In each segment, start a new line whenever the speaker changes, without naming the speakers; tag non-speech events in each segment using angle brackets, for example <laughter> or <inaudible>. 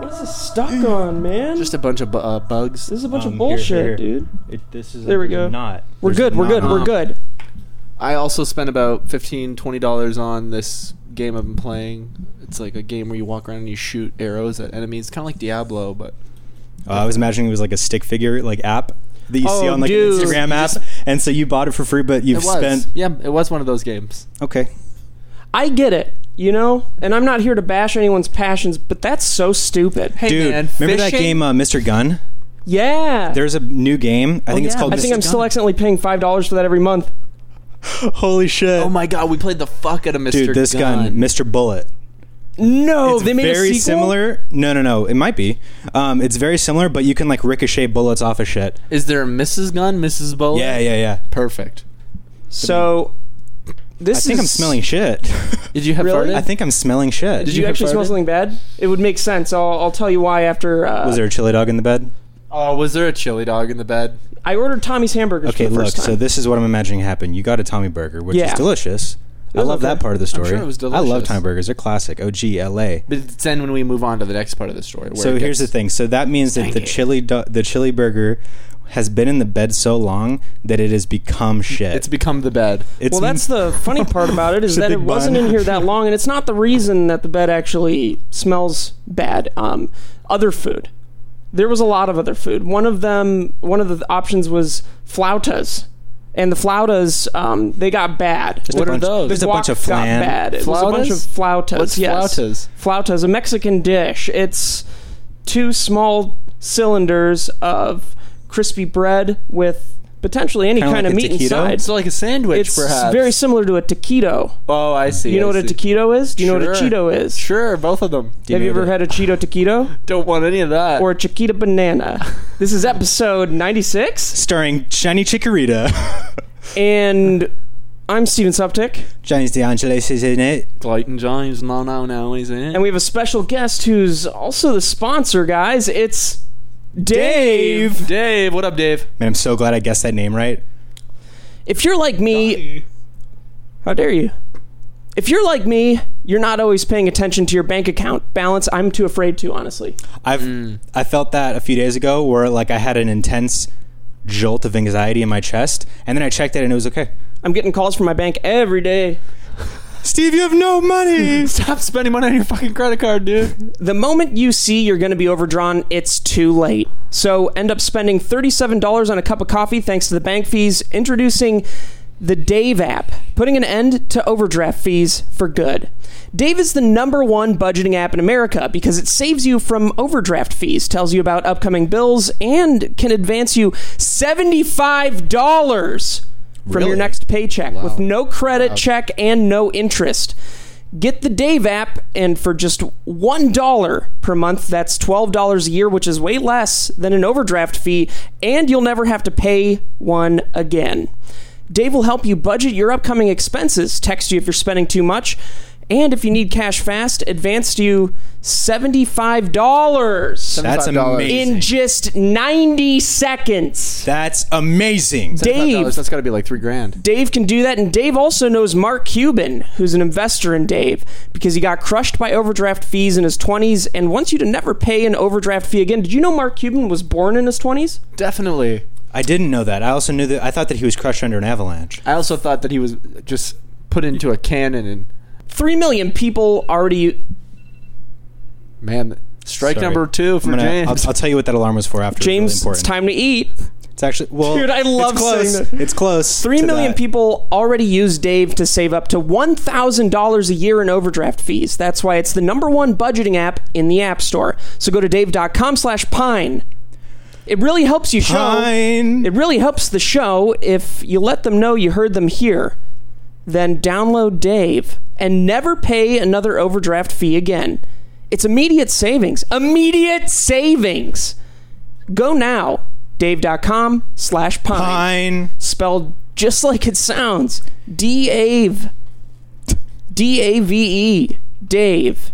What is this stuck on, man?
Just a bunch of bu- uh, bugs.
this is a bunch
Um,
of
here,
bullshit,
here.
dude.
It, this is
There we
there's
go.
Not.
We're
there's
good, we're good,
not-
um,
we're good.
I also spent about $15, $20 on this game I've been playing. It's like a game where you walk around and you shoot arrows at enemies. It's kind of like Diablo, but
Uh, I was imagining it was like a stick figure like app that you see
Oh,
on like
dude.
an Instagram
You
app,
just-
and so you bought it for free, but
it
you've
was.
spent
Yeah, it was one of those games.
okay.
I get it, you know? And I'm not here to bash anyone's passions, but that's so stupid.
Hey,
Dude,
man,
remember that
fishing?
game, uh, Mr. Gun?
Yeah.
There's a new game. I think it's
yeah.
called.
Oh, I
Mr.
think I'm
Gun. <laughs>
still accidentally paying $5 for that every month.
Holy shit!
Oh my god, we played the fuck out of Mr.
dude, this gun, Mr. Bullet.
No,
it's
Oh, they made
very
a sequel?
similar. No, no, no. It might be. Um, it's very similar, but you can like ricochet bullets off of shit.
Is there a Mrs. Gun, Mrs. Bullet?
Yeah, yeah, yeah.
Perfect.
So, this
I
is.
think I'm smelling shit. <laughs>
Did you have
Really?
farted?
I think I'm smelling shit.
Did
Did you,
you have
actually smell
farted?
something bad? It would make sense. I'll, I'll tell you why after. Uh,
Was there a chili dog in the bed?
Oh, was there a chili dog in the bed?
I ordered Tommy's hamburgers.
Okay,
for the
look.
first time.
So this is what I'm imagining happened. You got a Tommy burger, which
Yeah.
is delicious. I
was
love
okay.
that part of the
I'm
story.
sure it was
I love
delicious.
Tommy burgers. They're classic. OG LA.
But it's then when we move on to the next part of the story. Where
So
it
here's the
gets-
thing. So that means that the
Dang it.
chili do- the chili burger has been in the bed so long that it has become shit.
It's become the bed.
It's
well, that's the funny part about it is
It's a
that
big
it wasn't
bun.
in here that long, and it's not the reason that the bed actually smells bad. Um, other food. There was a lot of other food. One of them, one of the options was flautas, and the flautas um, they got bad.
There's a
What are
bunch-
those?
There's a
Guac
bunch of
got
flan.
bad. It was a bunch of flautas.
What's
yes.
flautas?
flautas, a Mexican dish. It's two small cylinders of crispy bread with potentially any
Kinda
kind
like
of
a
meat
taquito?
inside.
It's like a sandwich,
It's
perhaps.
very similar to a taquito.
Oh, I see.
You know
I
what a
see.
taquito is? Do you know what a
Sure.
cheeto is?
Sure, both of them.
Have you ever had a cheeto taquito
Don't want any of that.
or a chiquita banana?
<laughs>
This is episode 96,
starring Shiny Chikorita? <laughs>
and I'm Steven Suptic,
Johnny's DeAngelis is in it.
Clayton James, no, no, no, he's in.
and we have a special guest who's also the sponsor, guys. It's Dave.
Dave, what up, Dave?
Man, I'm so glad I guessed that name right.
If you're like me, how dare you? If you're like me, you're not always paying attention to your bank account balance. I'm too afraid to, honestly.
I've
Mm.
I felt that a few days ago where like I had an intense jolt of anxiety in my chest, and then I checked it and it was okay.
I'm getting calls from my bank every day.
Steve, you have no <laughs> money.
<laughs> Stop spending money on your fucking credit card, dude.
The moment you see you're going to be overdrawn, it's too late. So end up spending $37 on a cup of coffee thanks to the bank fees. Introducing the Dave app, putting an end to overdraft fees for good. Dave is the number one budgeting app in America because it saves you from overdraft fees, tells you about upcoming bills, and can advance you $75 from your
Really?
next paycheck with no credit check and no interest. Get the Dave app, and for just $1 per month, that's $12 a year, which is way less than an overdraft fee, and you'll never have to pay one again. Dave will help you budget your upcoming expenses, text you if you're spending too much, and if you need cash fast, advance you $75
That's
$75.
amazing.
in just 90 seconds.
That's amazing.
Dave.
$75, that's got to be like three grand.
Dave can do that, and Dave also knows Mark Cuban, who's an investor in Dave, because he got crushed by overdraft fees in his 20s and wants you to never pay an overdraft fee again. Did you know Mark Cuban was born in his 20s?
Definitely.
I didn't know that. I also knew that. I thought that he was crushed under an avalanche.
I also thought that he was just put into a cannon and
Three million people already.
man, strike
Sorry.
number two for
I'm gonna-
James. <laughs>
I'll, I'll tell you what that alarm was for after.
James,
it's, really
it's
important.
time to eat.
It's actually well,
Dude, I love
it's close.
saying that.
It's close.
Three
to
million
that.
people already use Dave to save up to $1,000 a year in overdraft fees. That's why it's the number one budgeting app in the App Store. So go to dave.com slash pine. It really helps you show.
Fine.
It really helps the show if you let them know you heard them here. Then download Dave and never pay another overdraft fee again. It's immediate savings. Immediate savings. Go now. Dave.com slash pine.
Fine.
Spelled just like it sounds. E. D-A-V. D-A-V-E. Dave.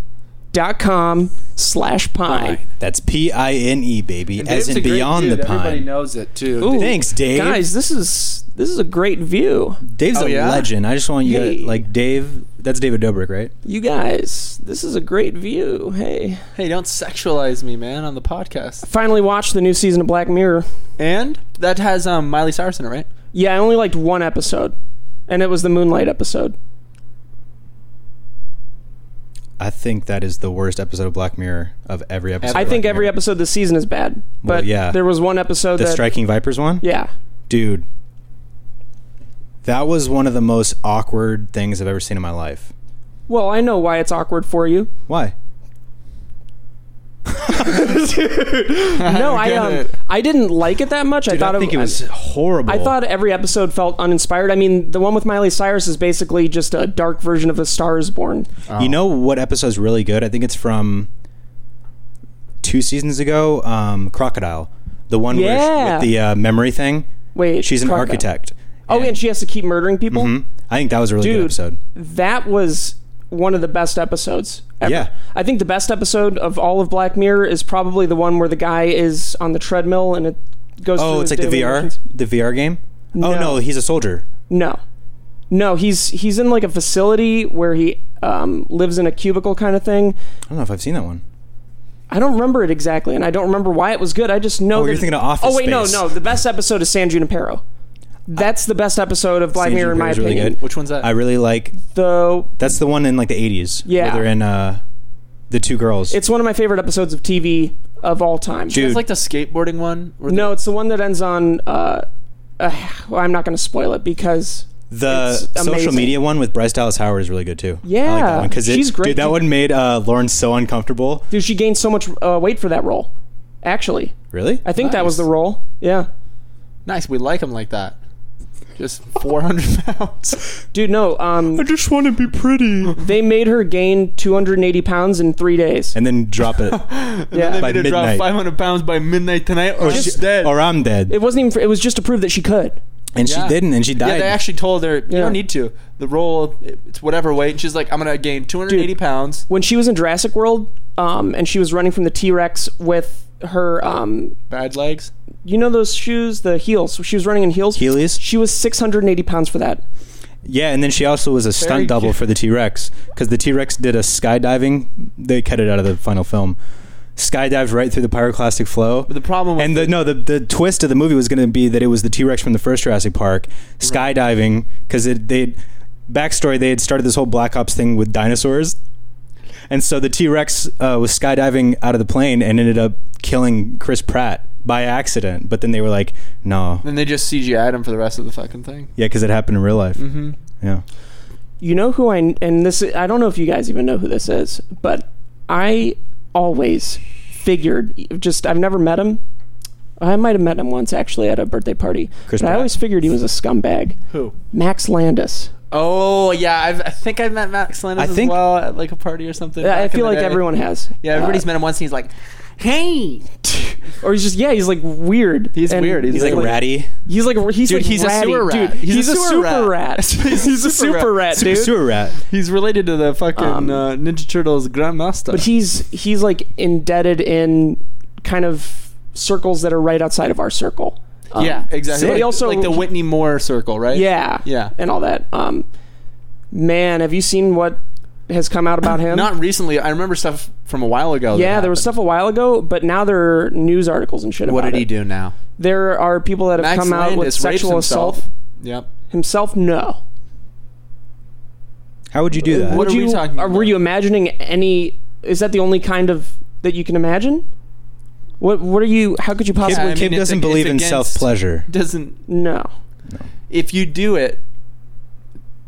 facebook.com slash pine.
That's P I N E, baby,
And
as
Dave's
in
a great
beyond
dude.
the
Everybody
pine.
knows it too.
Ooh,
Thanks, Dave.
Guys, this is this is a great view.
Dave's
Oh,
a
yeah?
legend. I just want you
Hey.
to, like, Dave, that's David Dobrik, right?
You guys, this is a great view. Hey.
Hey, don't sexualize me, man, on the podcast.
Finally watched the new season of Black Mirror.
And that has um, Miley Cyrus in it, right?
Yeah, I only liked one episode. And it was the Moonlight episode.
I think that is the worst episode of Black Mirror of every episode.
I
of
think
Black
every
Mirror.
episode this season is bad. But
Well, yeah.
there was one episode
The
that
Striking Vipers one?
Yeah.
Dude, that was one of the most awkward things I've ever seen in my life.
Well, I know why it's awkward for
<laughs>
you.
Why?
No, I
get
um,
it.
I didn't like it that much. I
Dude,
thought
I think it was horrible.
I thought every episode felt uninspired. I mean, the one with Miley Cyrus is basically just a dark version of A Star Is Born.
You know what episode's really good? I think it's from two seasons ago. Um, Crocodile, the one where she,
Yeah.
with the uh, memory thing.
Wait,
She's an
Crocodile.
architect. mm-hmm.
Oh, and she has to keep murdering people.
I think that was a really
Dude.
good episode.
That was one of the best episodes. Ever.
Yeah.
I think the best episode of all of Black Mirror is probably the one where the guy is on the treadmill and it goes.
Oh,
through
it's
his
like the
daily
VR,
motions.
the VR game.
No.
Oh no, he's a soldier.
No, no, he's he's in like a facility where he um, lives in a cubicle kind of thing.
I don't know if I've seen that one.
I don't remember it exactly, and I don't remember why it was good. I just know.
Oh, you're
that-
thinking of Office
Oh wait,
Space.
no, no. The best episode is San Junipero. That's the best episode of Black
San
Mirror in my
Junipero's really
opinion.
good.
Which one's that?
I really like.
Though
That's the one in like the '80s.
Yeah.
where they're in uh, the two girls.
it's one of my favorite episodes of TV of all time.
Dude.
It's like the skateboarding one. where
No, it's the one that ends on. Uh, uh, well, I'm not going to spoil it because
the
it's
social
amazing.
media one with Bryce Dallas Howard is really good too. I like
Yeah.
that one because
She's great.
Dude, that one made uh, Lauren so uncomfortable.
dude, she gained so much uh, weight for that role. Actually,
Really?
I think that was
Nice.
the role. Yeah,
the- nice. We like him like that. Just 400 <laughs> pounds.
dude. No, um,
just want to be pretty.
they made her gain 280 pounds in three days.
and then drop it.
yeah,
They
By
made her drop
midnight.
500 pounds by midnight tonight, or she's
Just-
dead.
or I'm dead.
it wasn't even. For, it was just to prove that she could.
and
Yeah.
she didn't, and she died.
Yeah, they actually told her you
Yeah.
don't need to. The roll, it's whatever weight. And she's like, I'm gonna gain 280
Dude.
pounds.
when she was in Jurassic World, um, and she was running from the T Rex with her, um,
Bad legs.
you know those shoes, the heels. She was running in heels.
Heelys?
She was 680 pounds for that.
yeah, and then she also was a stunt
Very
double
good.
for the T Rex because the T Rex did a skydiving. They cut it out of the final film. Skydived right through the pyroclastic flow.
But the problem with
and the,
it-
no, the, the twist of the movie was going to be that it was the T Rex from the first Jurassic Park skydiving because they backstory they had started this whole Black Ops thing with dinosaurs, and so the T Rex uh, was skydiving out of the plane and ended up killing Chris Pratt by accident. But then they were like, no,
Then they just CGI'd him for the rest of the fucking thing.
yeah, because it happened in real life.
Mm-hmm.
Yeah,
You know who I and this I don't know if you guys even know who this is, but I always figured just I've never met him. I might have met him once actually at a birthday party,
Chris
but I
Pratt?
always figured he was a scumbag.
Who?
Max Landis.
Oh yeah, I've, I think I met Max Landis
I
as
think-
well at like a party or something.
I- I
back in
feel
the
like
day.
everyone has. Uh,
Yeah, everybody's met him once. and He's like, hey,
or he's just yeah, he's like weird.
He's
and
weird. He's
he's like
Really?
ratty,
He's like he's
Dude,
like
he's a
ratty.
sewer rat.
Dude, he's,
He's
a, super rat.
<laughs>
he's, a super rat, dude.
sewer rat.
he's related to the fucking
Um,
uh, Ninja Turtles Grandmaster.
But he's he's like indebted in kind of circles that are right outside of our circle. Um,
yeah, exactly.
but he
Like,
also-
like the Whitney Moore circle, right?
Yeah.
Yeah.
And all that. Um man, have you seen what has come out about him?
Not recently. I remember stuff from a while ago. that
yeah, there was
happened.
stuff a while ago, but now there are news articles and shit
What
about
did he
it.
do now?
There are people that have
Max
come out with
Landis rapes
sexual assault.
himself. Yep.
Himself, no.
How would you do that?
What
Would
are we
you-
talking
Were
about?
you imagining any? Is that the only kind of that you can imagine? What What are you? How could you
Kim,
possibly?
I mean,
Kim
it's
doesn't
ag-
believe
it's
in
against-
self pleasure.
Doesn't
no.
if you do it,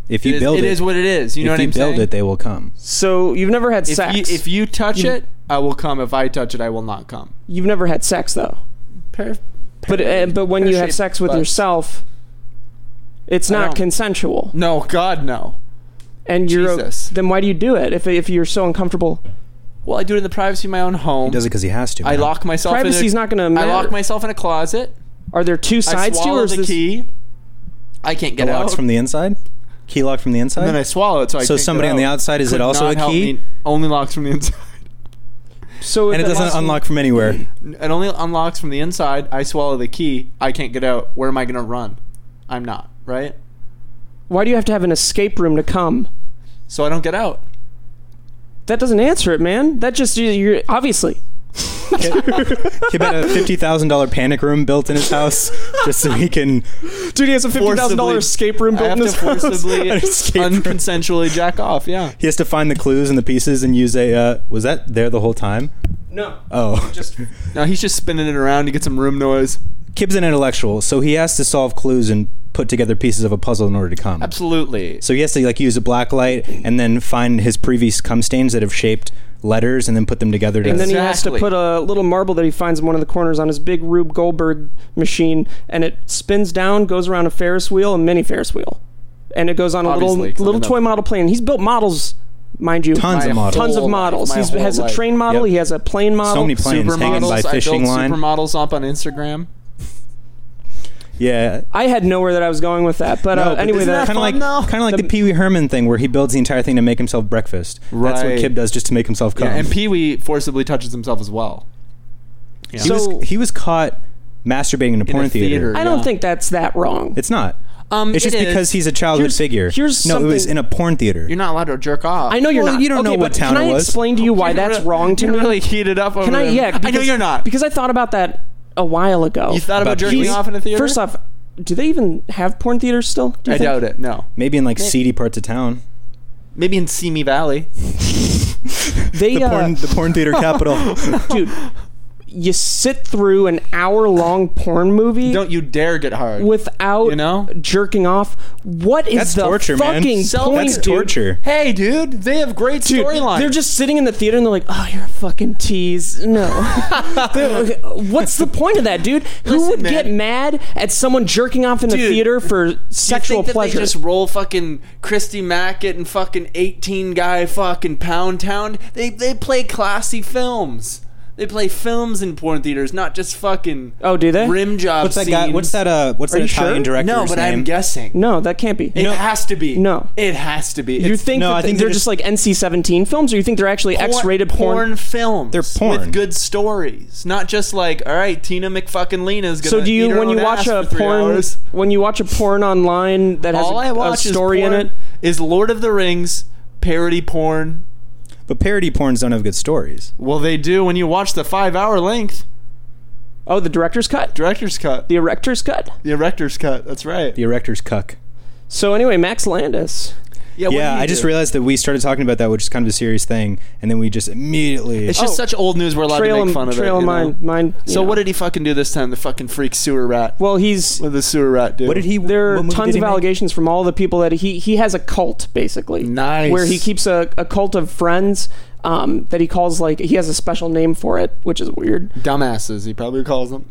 If
it
you
is,
build
it
it,
is what it is. You know
if
what
you
I'm
build
saying?
it, they will come.
So you've never had
if
sex. Mm-hmm.
you, if you touch
You-
it, I will come. If I touch it, I will not come.
have never had sex though,
Pair,
but uh, but when you have sex with yourself, it's
I
not
don't.
consensual,
No, God, no.
and you're
Jesus.
then why do you do it if if you're so uncomfortable?
Well, I do it in the privacy of my own home.
He does it because he has to.
I
man.
lock myself.
Privacy's
in a,
not gonna
I
matter.
lock myself in a closet.
Are there two
I
sides to, it,
swallow
or is
the
this
key. I can't get
The
out.
locks from the inside. Key lock from the inside.
and then I swallow it. So I
So
can't
somebody
get
on the
out.
outside is
Could
it also
not
a
help
key?
me. Only locks from the inside.
So
and it
if
doesn't
that's-
unlock from anywhere.
<laughs> It only unlocks from the inside. I swallow the key. I can't get out. Where am I going to run? I'm not, right?
Why do you have to have an escape room to come?
So I don't get out.
That doesn't answer it, man. That just you- you're obviously.
He
<laughs>
had a fifty thousand dollar panic room built in his house just so he can
Dude, he has a fifty thousand dollar
Forcibly-
escape room
I
built
have
in
to
his house.
forcibly, <laughs>
An escape room.
unconsensually jack off. Yeah.
he has to find the clues and the pieces and use a uh, was that there the whole time?
No,
Oh.
just
Now he's just spinning it around to get some room noise.
Kib's an intellectual, so he has to solve clues and put together pieces of a puzzle in order to come.
Absolutely.
So he has to like use a black light and then find his previous cum stains that have shaped letters and then put them together to
and then he has to
Exactly.
put a little marble that he finds in one of the corners on his big Rube Goldberg machine, and it spins down, goes around a Ferris wheel, a mini Ferris wheel, and it goes on a
Obviously, 'cause
little little
I'm not-
toy model plane. He's built models, mind you,
Tons of
My
models.
tons of
whole life,
models.
my
He
whole
has a
life.
train model.
Yep.
He has a plane model.
so many planes hanging
Supermodels.
by
I
fishing
built
line.
supermodels up on Instagram.
yeah.
I had nowhere that I was going with that, but, uh, anyway,
isn't
that,
that
kind
fun
of like
though?
kind of like the, Pee Wee Herman thing where he builds the entire thing to make himself breakfast. That's what
Right.
Kib does just to make himself cum.
Yeah, and Pee Wee forcibly touches himself as well. Yeah.
he,
So-
was, he was caught masturbating in a porn theater.
theater.
I don't
Yeah.
think that's that wrong.
It's not.
um,
It's just
it is.
because he's a childhood
Here's-
figure.
here's
no, it was
something-
in a porn theater.
You're not allowed to jerk off.
I know you're
Well,
not.
you don't
okay,
know
but
what town
can
it
I
was.
explain to you why that's wrong to
you
me?
really heated up over
can I?
them.
Yeah,
I know
because-
you're not.
because I thought about that a while ago.
you thought about,
About
jerking
He's-
off in a theater.
First off, do they even have porn theaters still? Do you
I
think?
doubt it. No,
Maybe in like seedy parts of town.
maybe in Simi Valley.
They,
The,
uh,
porn, the porn
<laughs>
theater capital.
dude, you sit through an hour-long porn movie
Don't you dare get hard.
without
You know?
jerking off. What is
That's
the
torture, man.
fucking
Self-
point,
That's
dude?
torture.
hey, dude, they have great
Dude,
storylines.
they're just sitting in the theater and they're like, "Oh, you're a fucking tease." No, <laughs> They're like, what's the point of that, dude? Who
Listen,
would
man.
get mad at someone jerking off in the
Dude,
theater for sexual
you think that
pleasure?
They just roll fucking Christy Mackett and fucking eighteen guy fucking Pound Town. They they play classy films. They play films in porn theaters, not just fucking
Oh, do they?
rim job.
What's that guy?
scenes.
What's that? Uh, what's
you
that Italian
sure?
director's
No, but
name?
I'm guessing.
no, that can't be.
It has to be.
No.
It has to be.
you
It's
think
no,
that
I
they-
think
they're
they're
just like NC-17 films, or you think they're actually
porn-
X-rated porn?
films.
They're porn.
with good stories, not just like all right, Tina McFucking Lena's gonna.
So do
eat
you
her
when you
own
watch
ass
a
for three
porn
hours.
when you watch a porn online that has
All
a,
I
a
watch
story
is
in
porn,
it?
is Lord of the Rings parody porn.
But parody porns don't have good stories.
Well, they do when you watch the five-hour length
Oh, the director's cut,
director's cut,
the erector's cut.
the erector's cut. That's right.
The erector's cuck.
So anyway, Max Landis.
what
yeah,
do you
I just
do?
realized that we started talking about that, which is kind of a serious thing, and then we just immediately.
It's just
Oh.
such old news. We're allowed to
Trail
make
of,
fun of it.
trail
you
of
know?
mine, mine. you
So
know.
what did he fucking do this time? The fucking freak sewer rat.
Well, he's
With the sewer rat dude.
what did he?
there
what
are
movie
tons
did he
of
make?
allegations from all the people that he he has a cult basically.
Nice.
Where he keeps a, a cult of friends um, that he calls like he has a special name for it, which is weird.
Dumbasses. He probably calls them.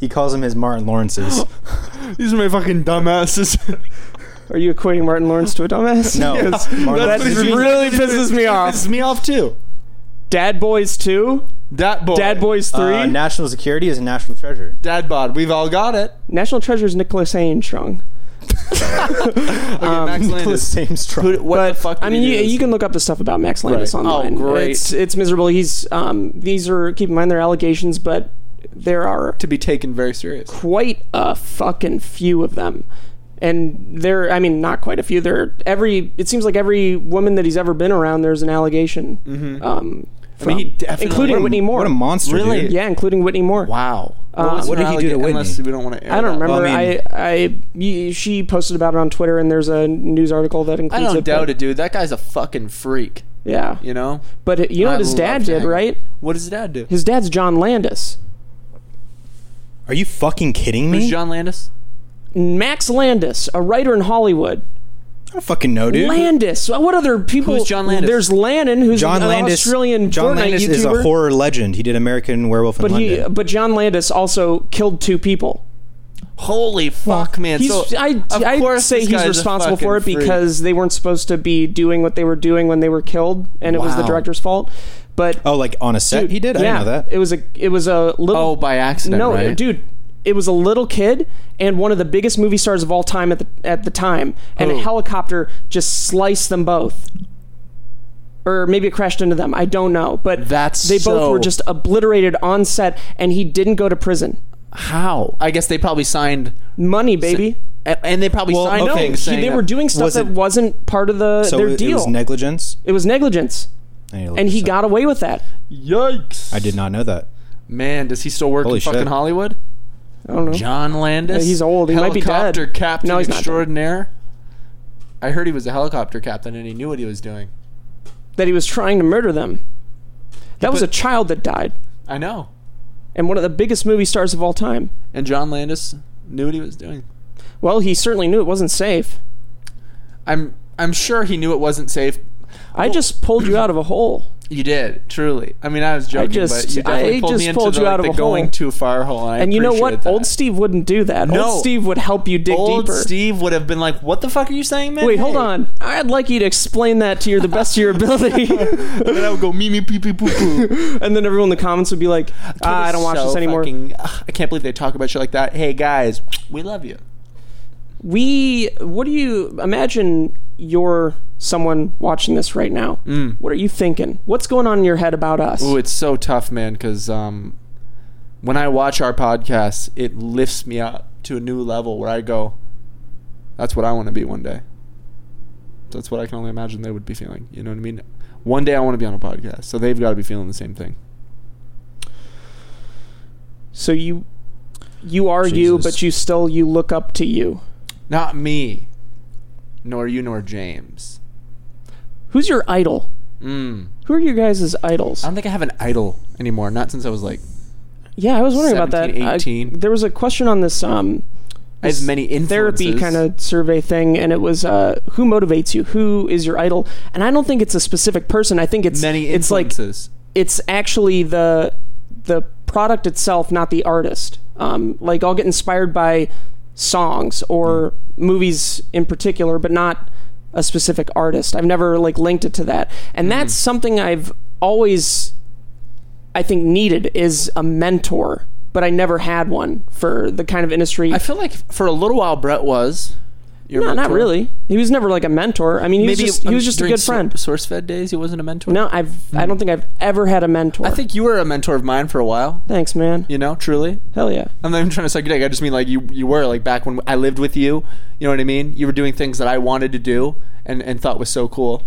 He calls them his Martin Lawrences.
These are my fucking dumbasses. <laughs>
Are you equating Martin Lawrence to a dumbass? <laughs>
No,
Because
Martin
that
Lawrence is-
Oh, really pisses me off.
Pisses me off too.
Dad Boys Two,
Dad boy.
Dad Boys <gasps> Three,
Uh, national security is a national treasure.
Dad bod. We've all got it.
National Treasure's Nicholas Armstrong.
Okay, Max Landis.
same <laughs>
Who, what
Um, But
the fuck?
I
did
mean,
he
you,
do this
you can look up the stuff about Max Landis
Right. Oh,
online.
great.
It's it's miserable. He's um, these are keep in mind they're allegations, but there are
to be taken very serious.
quite a fucking few of them. And there, I mean, not quite a few. There, every it seems like every woman that he's ever been around, there's an allegation. Um,
Mm-hmm. I mean, he
from-
definitely-
including
What a-
Whitney Moore.
What a monster!
Really?
dude.
Yeah, including Whitney Moore.
Wow.
Uh,
was
what
her
did he do to
allega-
Whitney?
Unless we don't want to.
I don't remember.
Well, I
I,
mean-
I, y- she posted about it on Twitter, and there's a news article that
I
includes
don't
it. but-
doubt it, dude. That guy's a fucking freak.
Yeah,
You know.
but it- you know
I
what his
love
dad
to
did,
hang-
right?
What does his dad do?
His dad's John Landis.
Are you fucking kidding me?
Who's John Landis?
Max Landis, a writer in Hollywood.
I don't fucking know, dude.
Landis. What other people?
Who's John Landis?
There's Lannon, who's
John
an
Landis.
Australian
John
Fortnite
Landis
YouTuber.
is a horror legend. He did American Werewolf in
but
London.
he, uh, but John Landis also killed two people.
Holy fuck, man!
He's,
so
I,
of
I
course
say
this
he's
guy's a
responsible
fucking
for it
freak.
because they weren't supposed to be doing what they were doing when they were killed, and it was the
Wow.
director's fault. But
oh, like on a set,
dude,
he did. I
yeah,
didn't know that.
It was a, it was a little.
Oh, by accident.
No,
right?
dude, it was a little kid and one of the biggest movie stars of all time
Oh.
at the at the time, and a
Who?
helicopter just sliced them both. or maybe it crashed into them. I don't know, but
That's
they both
so-
were just obliterated on set, and he didn't go to prison.
How? I guess they probably signed.
Money, baby.
And and they probably
Well,
signed
no,
things.
He-
saying
they
that-
were doing stuff
Was
that
it-
wasn't part of the
So
their
it,
deal.
it was negligence.
It was negligence,
I need to look
and he
this up.
got away with that.
Yikes!
I did not know that.
Man, does he still work
Holy
in fucking
shit.
Hollywood?
I don't know.
John Landis.
Yeah, he's old. He might be dead.
Helicopter captain
No, he's not dead.
extraordinaire. I heard he was a helicopter captain and he knew what he was doing.
That he was trying to murder them. That was a child that died,
I know.
and one of the biggest movie stars of all time.
And John Landis knew what he was doing.
Well, he certainly knew it wasn't safe.
I'm I'm sure he knew it wasn't safe.
I just pulled you out of a hole.
You did truly. I mean, I was joking,
just-
but you definitely
I
pulled me
just
into
pulled
the,
you
like,
out of
the
a hole.
going too far hole. I
And you know what?
appreciate That.
Old Steve wouldn't do that.
No.
Old Steve would help you dig
Old
deeper.
Steve would have been like, "What the fuck are you saying, man?"
Wait, hold
Hey."
on. I'd like you to explain that to your the best of your ability.
<laughs> And then I would go me me pee pee
<laughs>
poo poo.
and then everyone in the comments would be like, ah, I don't watch
So
this anymore.
fucking- ugh, I can't believe they talk about shit like that. Hey guys, we love you.
We what do you imagine you're someone watching this right now? What are you thinking? What's going on in your head about us?
Mm. Ooh, it's so tough, man, because um, when I watch our podcast, it lifts me up to a new level where I go, that's what I want to be one day. That's what I can only imagine they would be feeling. You know what I mean? One day I want to be on a podcast, so they've got to be feeling the same thing.
so you you are you,
Jesus.
but you still you look up to you.
Not me, nor you, nor James.
Who's your idol?
Mm.
Who are your guys' idols?
I don't think I have an idol anymore. Not since I was like,
yeah, I was wondering about that.
17,
I-
18.
there was a question on this um
I have many influences.
therapy kind of survey thing, and it was uh, who motivates you, who is your idol, and I don't think it's a specific person. I think it's
many
it's like
influences.
it's actually the the product itself, not the artist. Um, like I'll get inspired by songs or
Hmm.
movies in particular, but not a specific artist. I've never like linked it to that,
Hmm.
and that's something I've always I think needed is a mentor. But I never had one for the kind of industry
I feel like for a little while Brett was. Your
no, not
mentor.
really. He was never like a mentor. I mean, he was just, he
um,
was just a
during
good friend.
Sor- SourceFed days, he wasn't a mentor.
No, I've I don't think I've ever had a mentor.
I think you were a mentor of mine for a while.
Thanks, man.
You know, truly.
Hell yeah.
I'm not even trying to suck your dick. I just mean like you, you were like back when I lived with you. You know what I mean? You were doing things that I wanted to do and and thought was so cool.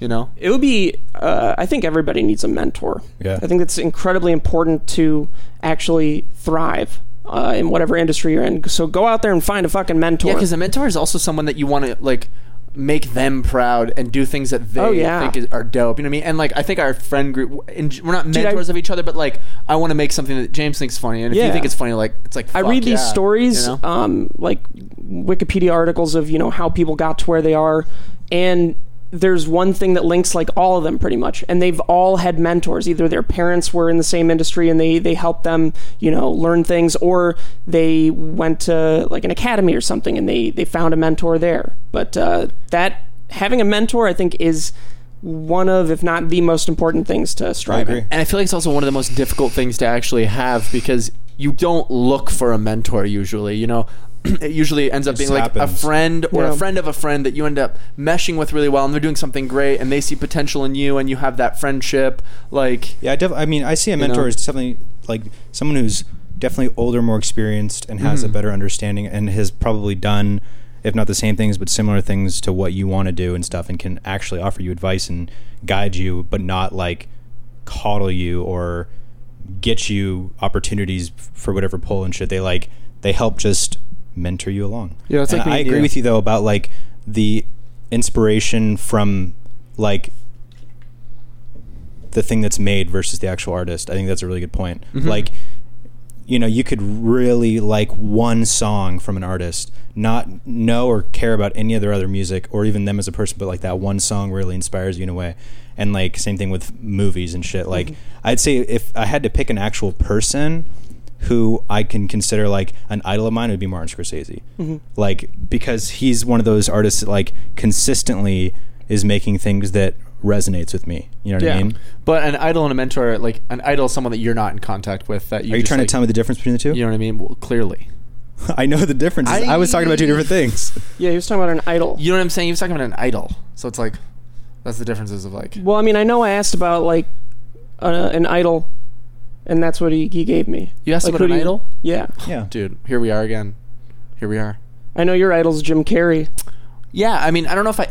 You know,
It would be. Uh, I think everybody needs a mentor.
Yeah.
I think that's incredibly important to actually thrive uh, in whatever industry you're in. So go out there and find a fucking mentor.
yeah, because a mentor is also someone that you want to like make them proud and do things that they
Oh, yeah.
think is, are dope. You know what I mean? And like I think our friend group, in, we're not
I-
mentors of each other, but like I want to make something that James thinks funny, and if you
Yeah.
think it's funny, like it's like
I
fuck
read these
yeah,
stories,
you know?
um, like Wikipedia articles of you know how people got to where they are, and there's one thing that links like all of them pretty much, and they've all had mentors. Either their parents were in the same industry and they they helped them you know learn things, or they went to like an academy or something and they they found a mentor there. But uh, that having a mentor, I think, is one of if not the most important things to
I
strive.
agree.
And I feel like it's also one of the most difficult things to actually have because you don't look for a mentor usually, you know. <clears throat> It usually ends up being like a
happens.
friend or
Yeah.
a friend of a friend that you end up meshing with really well, and they're doing something great, and they see potential in you, and you have that friendship. Like,
Yeah, I, def- I mean, I see a mentor
know?
as something like someone who's definitely older, more experienced, and has
Mm-hmm.
a better understanding, and has probably done, if not the same things, but similar things to what you want to do and stuff, and can actually offer you advice and guide you, but not like coddle you or get you opportunities f- for whatever pull and shit. They like they help just mentor you along.
Yeah, it's
And
like me
I
and
agree
you.
with you though about like the inspiration from like the thing that's made versus the actual artist. I think that's a really good point. Like, you know, you could really like one song from an artist, not know or care about any of their other music or even them as a person, but like that one song really inspires you in a way. And like, same thing with movies and shit. Like, I'd say if I had to pick an actual person who I can consider like an idol of mine, it would be Martin Scorsese. Like, because he's one of those artists that like consistently is making things that resonates with me. You know what I mean?
but an idol and a mentor, like an idol, is someone that you're not in contact with. That you
Are you
just,
trying
like-
to tell me the difference between the two?
You know what I mean? Well, clearly,
<laughs> I know the difference. I,
<laughs>
was talking about two different things.
Yeah, he was talking about an idol.
you know what I'm saying. He was talking about an idol, so it's like That's the differences of like.
Well, I mean, I know I asked about like uh, an idol, and that's what he, he gave me.
You asked
Like,
about
who
an
do you-
idol,
Yeah,
Yeah.
dude. Here we are again. Here we are.
I know your idol's Jim Carrey.
Yeah, I mean, I don't know if I.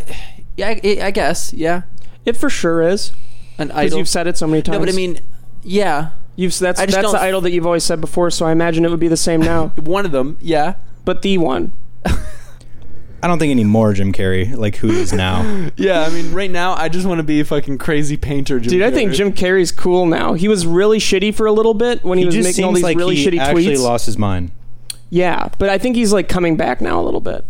Yeah, I, I guess. Yeah,
It for sure is
an
because
idol.
you've said it so many times.
no, but I mean, yeah,
you've that's
I just
that's
don't-
the idol that you've always said before. So I imagine it would be the same
<laughs>
now.
one of them. Yeah,
but the one,
I don't think any more Jim Carrey, like who he is
<laughs>
now.
yeah. I mean, right now, I just want to be a fucking crazy painter, Jim
dude, I think
Carrey.
Jim Carrey's cool now. He was really shitty for a little bit when he, was making all these really
he
shitty
actually
tweets.
lost his mind.
Yeah, but I think he's like coming back now a little bit.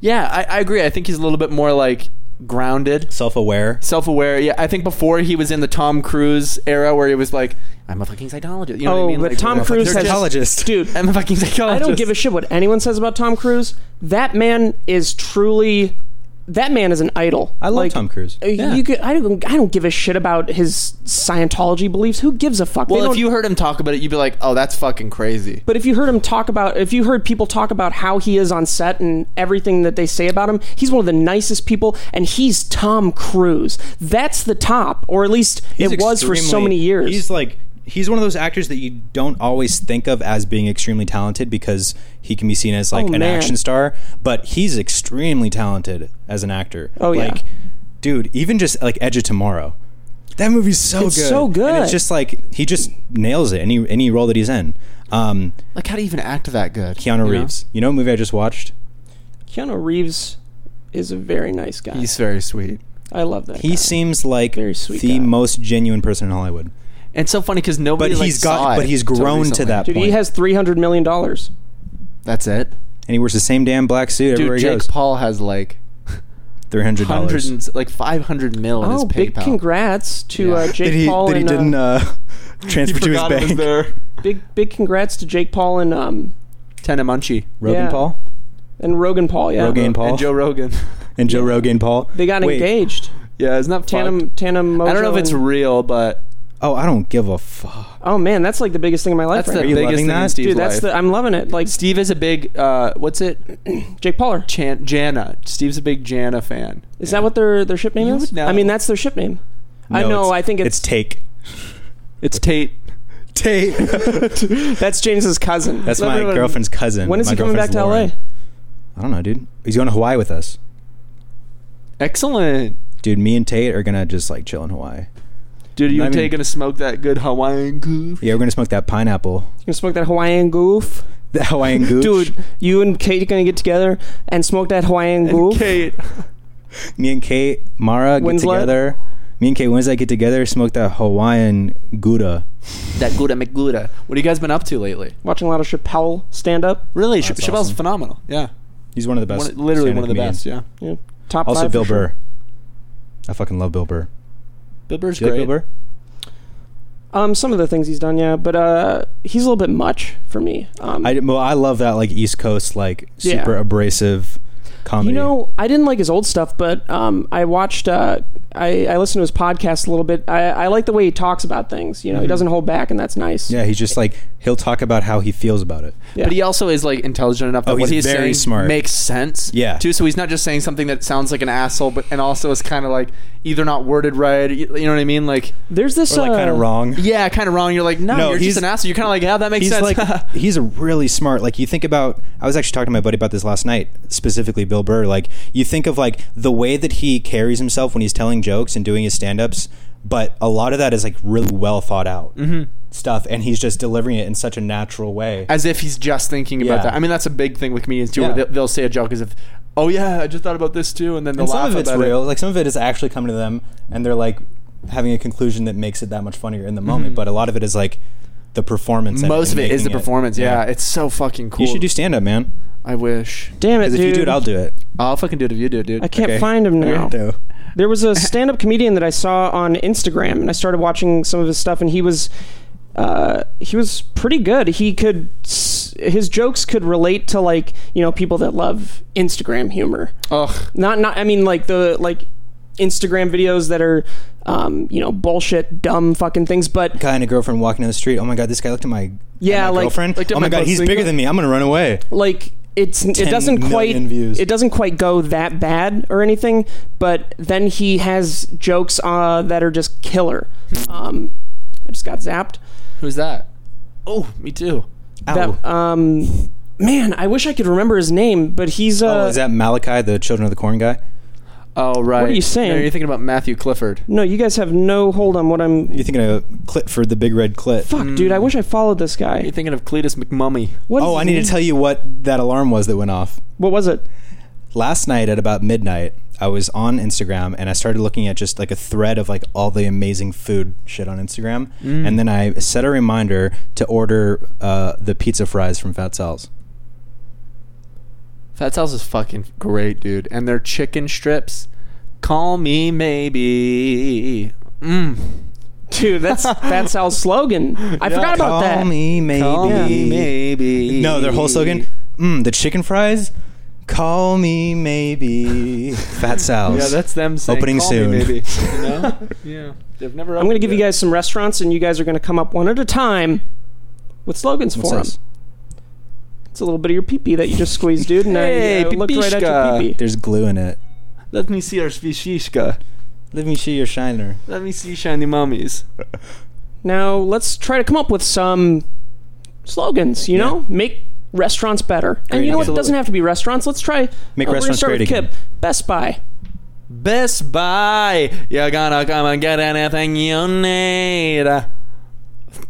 Yeah, I, I agree. I think he's a little bit more like grounded,
Self-aware.
self-aware. Yeah, I think before he was in the Tom Cruise era where he was like, "I'm a fucking psychologist." You know what
Oh,
I mean?
but
Like,
Tom
they're
Cruise
just-
has-
Psychologist.
Dude,
I'm a fucking psychologist.
I don't give a shit what anyone says about Tom Cruise. That man is truly. That man is an idol.
I love
Like,
Tom Cruise.
uh, You could, I don't. I don't give a shit about his Scientology beliefs. Who gives a fuck? They
Well, if
don't-
you heard him talk about it, you'd be like, "Oh, that's fucking crazy."
But if you heard him talk about, if you heard people talk about how he is on set and everything that they say about him, he's one of the nicest people, and he's Tom Cruise. That's the top, or at least
He's
it was for so
extremely-
many years.
He's like he's one of those actors that you don't always think of as being extremely talented because he can be seen as like
Oh,
an
man.
action star, but he's extremely talented as an actor.
Oh, yeah.
like, dude, even just like Edge of Tomorrow, that movie's so
It's
good,
so
And
good.
it's just like he just nails it any any role that he's in. Um,
Like, how do you even act that good?
Keanu
you know?
Reeves, you know, a movie I just watched.
Keanu Reeves is a very nice guy.
He's very sweet.
I love that.
He
guy.
seems like
Very sweet
the
guy.
most genuine person in Hollywood,
And it's so funny because nobody.
but
like,
he's got,
saw
but
it
he's
till
grown to
recently.
that
Dude,
point.
he has three hundred million dollars.
That's it.
and he wears the same damn black suit everywhere
Dude,
he
Jake
goes.
Paul has like
Three hundred
hundreds,
dollars.
and s- like five hundred mil in his
Oh,
PayPal.
big congrats to
Yeah.
uh, Jake
that he,
Paul
that he
and uh, <laughs>
didn't uh, transfer to his
Forgot it was
bank.
there.
big big congrats to Jake Paul and um
Tana Munchie.
<laughs> Rogan
Yeah.
Paul
and Rogan Paul. Yeah,
Rogan. And Paul.
and Joe Rogan. <laughs>
and Joe Rogan Paul.
they got
Wait,
engaged.
yeah, it's not fun.
Tandem Tandem. Mojo
I don't know if it's
and-
real, but
Oh, I don't give a fuck.
oh man, that's like the biggest thing in my life.
that's the
right
you
now.
biggest
loving
thing in
that?
Steve's
Dude, that's
life.
the. I'm loving it. Like
Steve is a big uh, what's it?
Jake Pauler.
Chan- Jana. Steve's a big Jana fan.
Is that what their their ship name
You
is?
would know.
I mean, that's their ship name. I
No,
know.
it's-
I think
It's
it's,
Take.
It's Tate. <laughs>
Take.
that's James's cousin.
That's
Let
my
everyone-
girlfriend's cousin.
When is
My
he coming back
girlfriend's
to
Lauren.
LA?
I don't know, dude. He's going to Hawaii with us.
Excellent,
Dude, me and Tate are gonna just like chill in Hawaii.
dude. You
I
and
mean-
Tate gonna smoke that good Hawaiian goof?
Yeah, we're gonna smoke that pineapple, <laughs>
You can smoke that Hawaiian goof.
the Hawaiian gooch.
Dude, you and Kate are gonna get together and smoke that Hawaiian goof.
Kate.
me and Kate Mara get
Winslet?
together. Me and Kate Winslet get together, smoke that Hawaiian gouda.
that Gouda McGouda. What have you guys been up to lately?
Watching a lot of Chappelle stand up.
Really, Ch-
That's
Chappelle's
awesome.
phenomenal. Yeah,
He's one of the best.
one, literally one
stand-up
of the
comedians.
best. Yeah,
You know, top
Also,
five
Bill
for sure.
Burr. I fucking love Bill Burr.
Bill Burr's
Do you like
great.
Bill Burr?
Um, some of the things he's done, yeah, but uh, he's a little bit much for me. Um,
I well, I love that like East Coast like
Yeah.
super abrasive comedy.
you know, I didn't like his old stuff, but um, I watched. Uh, I, I listened to his podcast a little bit. I, I like the way he talks about things. You know, he doesn't hold back, and that's nice.
Mm-hmm. yeah, he's just like he'll talk about how he feels about it.
Yeah.
But he also is like intelligent enough that
Oh,
what
he's
he's saying
very smart.
makes sense.
Yeah.
Too. So he's not just saying something that sounds like an asshole, but and also is kind of like either not worded right. You, you know what I mean? Like,
There's this
Or like
uh,
kind of wrong.
yeah, kind of wrong. You're like, no,
No,
you're
he's-
just an asshole. You're kind of like, yeah, that makes
He's
sense.
<laughs>
like he's a really smart. Like you think about, I was actually talking to my buddy about this last night, specifically Bill Burr. Like you think of like the way that he carries himself when he's telling jokes and doing his stand-ups, but a lot of that is like really well thought out
Mm-hmm.
stuff, and he's just delivering it in such a natural way.
<laughs> as if he's just thinking
Yeah.
about that. I mean, that's a big thing with comedians too.
Yeah.
Where they'll, they'll say a joke as if, oh yeah, I just thought about this too, and then they'll
and some
laugh
of it's
about
real.
it.
Like some of it is actually coming to them, and they're like having a conclusion that makes it that much funnier in the moment. But a lot of it is like the performance. and-
Mm-hmm. Most of
and
it is the
making
performance. Yeah. it's so fucking cool.
you should do stand up, man.
I wish.
Damn it,
Because
dude!
if you do it, I'll do it.
I'll fucking do it if you do, it, dude.
I can't
Okay.
find him now.
Do.
There was
<laughs>
a stand-up comedian that I saw on Instagram, and I started watching some of his stuff, and he was, uh, he was pretty good. He could, s- his jokes could relate to like you know people that love Instagram humor.
Ugh.
Not not I mean like the like Instagram videos that are, um, you know bullshit, dumb fucking things. But
Guy and a girlfriend walking down the street. Oh my god, this guy looked at my at
Yeah,
my
like-
girlfriend.
looked at
oh
my
my god,
butt
he's
single.
bigger than me. I'm gonna run away.
like it's it
10
doesn't quite
million views.
it doesn't quite go that bad or anything. But then he has jokes uh, that are just killer. Um, I just got zapped.
Who's that? Oh, me too. uh,
Ow.
That um, man, I wish I could remember his name, but he's uh,
oh, is that Malachi, the Children of the Corn guy?
Oh, right.
you saying?
No, you're thinking about Matthew Clifford.
no, you guys have no hold on what I'm.
You're thinking of Clitford, the big red clit.
Fuck, dude! I wish I followed this guy.
You're thinking of Cletus McMummy.
What is
Mm. Oh,
his
I need
name?
to tell you what that alarm was that went off.
What was it?
Last night at about midnight, I was on Instagram and I started looking at just like a thread of like all the amazing food shit on Instagram. And then I set a reminder to order uh, the pizza fries from Fat Sal's.
Fat Sal's is fucking great, dude. And their chicken strips. Call me maybe. Mm.
Dude,
<laughs>
that's that's Al's slogan. I forgot about
Call
that.
me maybe.
Call me maybe.
No, their whole slogan. Mm, the chicken fries. Call me maybe. Fat Sal's.
Yeah, that's them saying
Opening
Call
soon.
Me <laughs> maybe. You know? yeah. They've never.
I'm going to give you guys some restaurants, and you guys are going to come up one at a time with slogans
What's
for
this?
them. It's a little bit of your pee pee that you just squeezed, dude, and
Hey,
I uh, looked right at
pee-pee-shka.
your pee pee.
There's glue in it.
Let me see our svishishka.
Let me see your shiner.
Let me see shiny mummies.
Now let's try to come up with some slogans. You know, make restaurants better. and
Great
you know what? It
idea.
doesn't have to be restaurants. Let's try
Make
uh, we're gonna
restaurants
start
great
with
again.
Kip. Best Buy.
Best Buy. You're gonna come and get anything you need.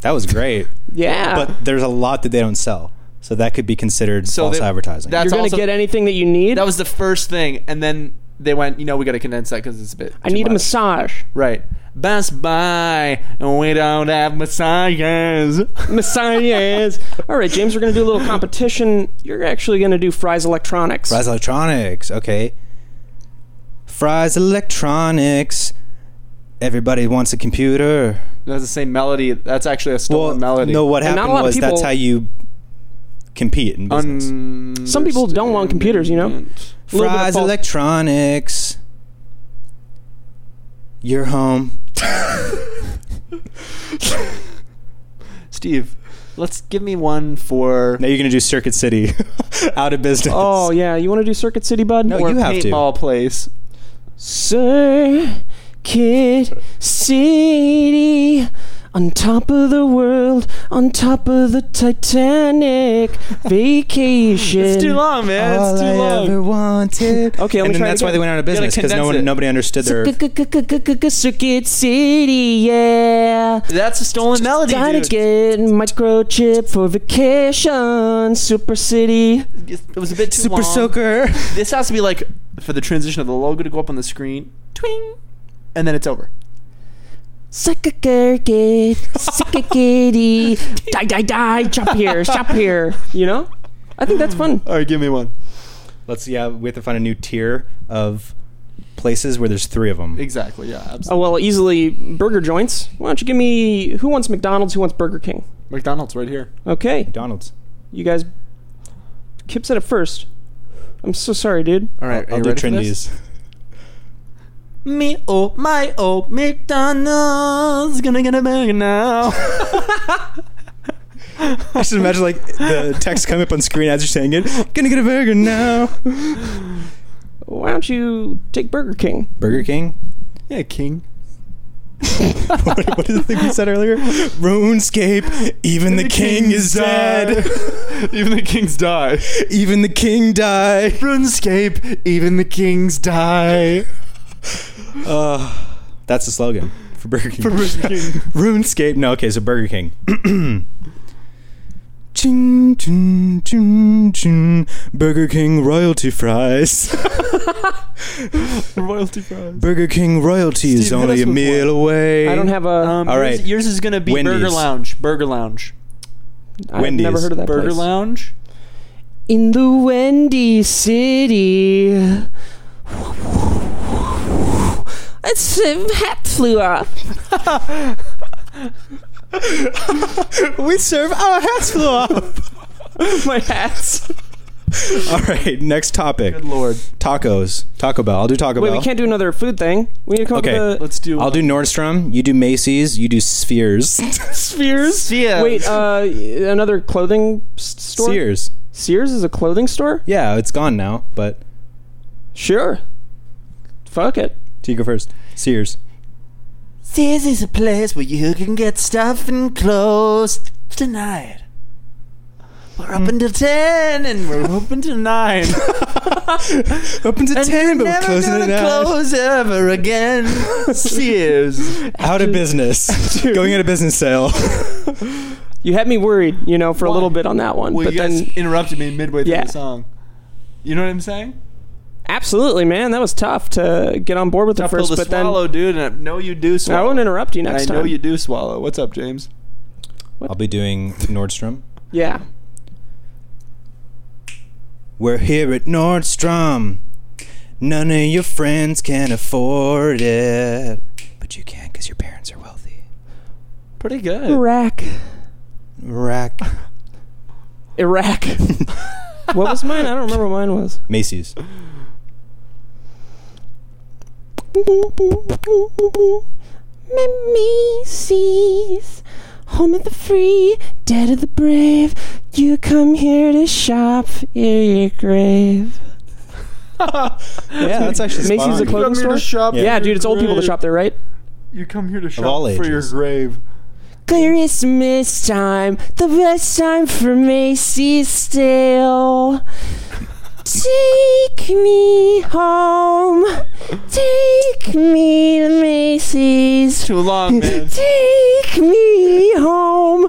That was great.
Yeah,
but there's a lot that they don't sell, so that could be considered
So
false
they-
advertising.
that's
you're going to
also-
get anything that you need.
That was the first thing, and then they went. You know, we got to condense that because it's a bit.
I need a massage.
Right. Best Buy, and we don't have massages.
Messiahs. All right, James, we're going to do a little competition. You're actually going to do Fry's Electronics.
Fry's Electronics, okay. Fry's Electronics. Everybody wants a computer.
That's the same melody. That's actually a stolen
Well,
melody.
no, what
And not a
happened
lot of
was that's
people-
how you compete in business.
Some people don't want computers, you know? A little bit of
Fry's
false-
Electronics. You're home.
Steve, let's give me one for
Now you're gonna do Circuit City, <laughs> out of business.
Oh, yeah. You want to do Circuit City, bud?
No,
Or-
you have to.
paintball place.
Circuit City. On top of the world, on top of the Titanic, vacation.
It's too long, man.
All
it's too
I
long.
ever wanted.
Okay, let me
and then
try it
that's why
again.
they went out of
You gotta
business because no
condense
one,
it.
nobody understood their.
Circuit City, yeah.
That's a stolen melody,
Gotta
dude.
get microchip for vacation. Super City.
It was a bit too
Super
long.
Soaker. <laughs>
This has to be like for the transition of the logo to go up on the screen, twing, and then it's over.
Suckakirkit. Suckakitty. die, die, die. Chop here. Chop here. You know? I think that's fun.
All right, give me one.
Let's yeah, we have to find a new tier of places where there's three of them.
Exactly. Yeah. Absolutely.
Oh, well, easily burger joints. Why don't you give me who wants McDonald's, who wants Burger King?
McDonald's right here.
Okay.
McDonald's.
You guys. Kip said it first. I'm so sorry, dude.
All right.
I'll do Trendy's. <laughs>
Me oh my oh McDonald's gonna get a burger now.
I should imagine like the text coming up on screen as you're saying it. Gonna get a burger now.
Why don't you take Burger King?
Burger King.
<laughs> yeah, King.
<laughs> what, what is the thing we said earlier? RuneScape. Even the, king, is <laughs> dead.
<laughs> even the kings die.
Even the king die.
RuneScape. Even the kings <laughs> die.
<laughs> Uh, that's the slogan for Burger King.
Burger King.
RuneScape. No, okay, so Burger King. <clears throat> ching, ching, ching, ching. Burger King royalty fries.
<laughs> Royalty fries.
Burger King royalty is
Steve, hit
only
us
a
with
meal away.
I don't have a.
Um,
All
yours-
right.
Yours is gonna be Burger
Wendy's.
Lounge. Burger Lounge.
I've
Wendy's.
never heard of that
Burger
place.
Lounge.
In the Wendy City. It's uh, a hat flew off. <laughs>
We serve our hats flew <laughs> off.
My hats.
All right, next topic:
Good lord.
tacos. Taco Bell. I'll do Taco
Wait,
Bell.
we can't do another food thing. We need to come
Okay.
up with
Let's do.
I'll do Nordstrom. You do Macy's. You do Spheres. <laughs>
a spheres. uh,
Sears.
Wait, uh, another clothing s- <laughs> store.
Sears.
Sears is a clothing store?
Yeah, it's gone now, but
Sure. Fuck it.
do you go first? Sears.
This is a place where you can get stuff and clothes tonight. We're
Hmm.
up until 10
<laughs>
and we're open till 9.
Open to ten, but we're
Never
closing
gonna
it out.
close
<laughs>
ever again. Cheers.
Out
<laughs>
of business. Going at a business sale.
You had me worried, you know, for a
Why?
little bit on that one.
Well,
but
you
then,
guys interrupted me midway through
Yeah.
the song. You know what I'm saying?
absolutely, man, that was tough to get on board with
Tough
the
pill
first.
to
But
swallow, dude, and I know you do
then
swallow.
I won't interrupt you
And
next
I know
time.
you do swallow. What's up, James?
<laughs> I'll be doing Nordstrom.
Yeah.
We're here at Nordstrom. None of your friends can afford it. But you can because your parents are wealthy.
Pretty good.
Iraq.
Rack.
<laughs>
Iraq. what was mine? I don't remember what mine was.
Macy's.
Macy's, home of the free, dead of the brave. You come here to shop in your grave.
Yeah, that's actually
Macy's a
spawned.
clothing store.
shop.
Yeah.
yeah, dude, it's old people that shop there, right?
You come here to shop
all
for your
ages.
grave.
Christmas time, the best time for Macy's still. Take me home. Take me to Macy's.
Too <laughs> long, man.
Take me home.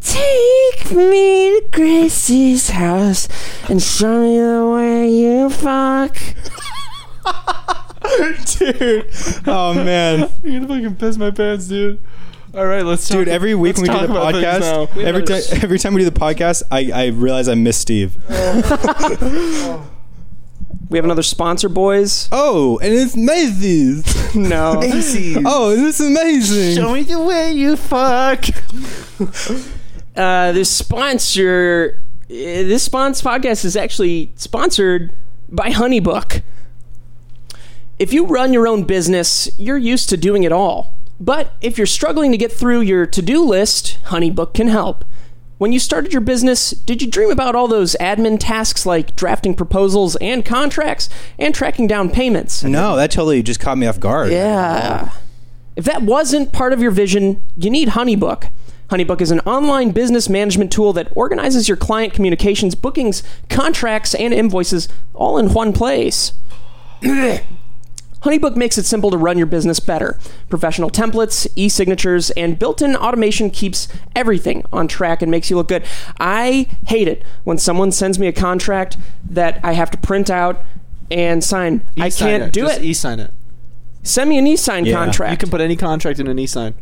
Take me to Gracie's house and show me the way you fuck.
<laughs> Dude. Oh, man.
You're gonna fucking piss my pants, dude. All right, let's
Dude,
talk-
every week
let's
when we
talk
do the
about things
podcast,
now.
every,
better
ti- every time we do the podcast, I, I realize I miss Steve.
We have another sponsor, boys.
Oh, and it's Macy's.
<laughs>
<laughs>
No.
Oh, this is amazing.
Show me the way you fuck.
uh, this sponsor, uh, this spons podcast is actually sponsored by HoneyBook. If you run your own business, you're used to doing it all. But if you're struggling to get through your to do list, HoneyBook can help. When you started your business, did you dream about all those admin tasks like drafting proposals and contracts and tracking down payments?
No, that totally just caught me off guard.
Yeah. If that wasn't part of your vision, you need HoneyBook. HoneyBook is an online business management tool that organizes your client communications, bookings, contracts, and invoices all in one place. HoneyBook makes it simple to run your business better. Professional templates, e signatures, and built in automation keeps everything on track and makes you look good. I hate it when someone sends me a contract that I have to print out and sign. I I can't do it.
E-sign it.
Send me an e-sign
Yeah.
contract.
You can put any contract in an e-sign.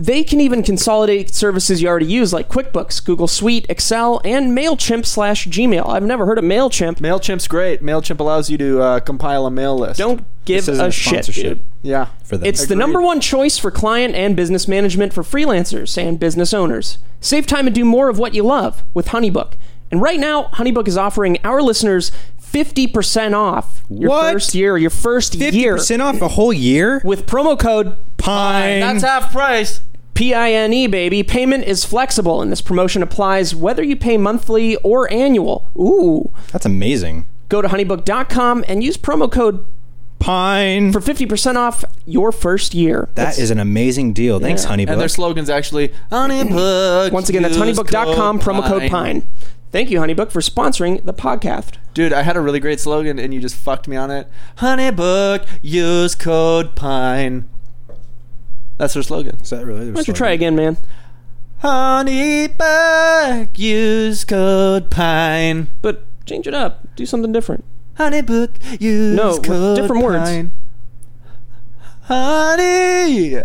they can even consolidate services you already use, like QuickBooks, Google Suite, Excel, and Mailchimp slash Gmail. I've never heard of Mailchimp.
Mailchimp's great. Mailchimp allows you to uh, compile a mail list.
Don't give
isn't
a
a
shit,
sponsorship.
dude.
Yeah.
For them.
It's the
Agreed.
number one choice for client and business management for freelancers and business owners. Save time and do more of what you love with HoneyBook. And right now, HoneyBook is offering our listeners 50% off your
What?
first year, your first year
50% off a whole year?
with promo code
Pine.
half price.
P-I-N-E, E, baby. Payment is flexible, and this promotion applies whether you pay monthly or annual. Ooh.
That's amazing.
Go to honeybook.com and use promo code
Pine.
for 50% off your first year.
That is an amazing deal. Thanks,
Yeah.
Honeybook.
And their slogan's actually HoneyBook.
Once again, that's
use
honeybook.com, promo code PINE. Thank you, Honeybook, for sponsoring the podcast.
Dude, I had a really great slogan and you just fucked me on it. Honeybook, use code PINE. That's their slogan.
Is that really their
Why don't you
slogan?
try again, man?
Honeybook, use code PINE.
But change it up. Do something different.
Honeybook, use
No, with
code
different words.
PINE. Honey,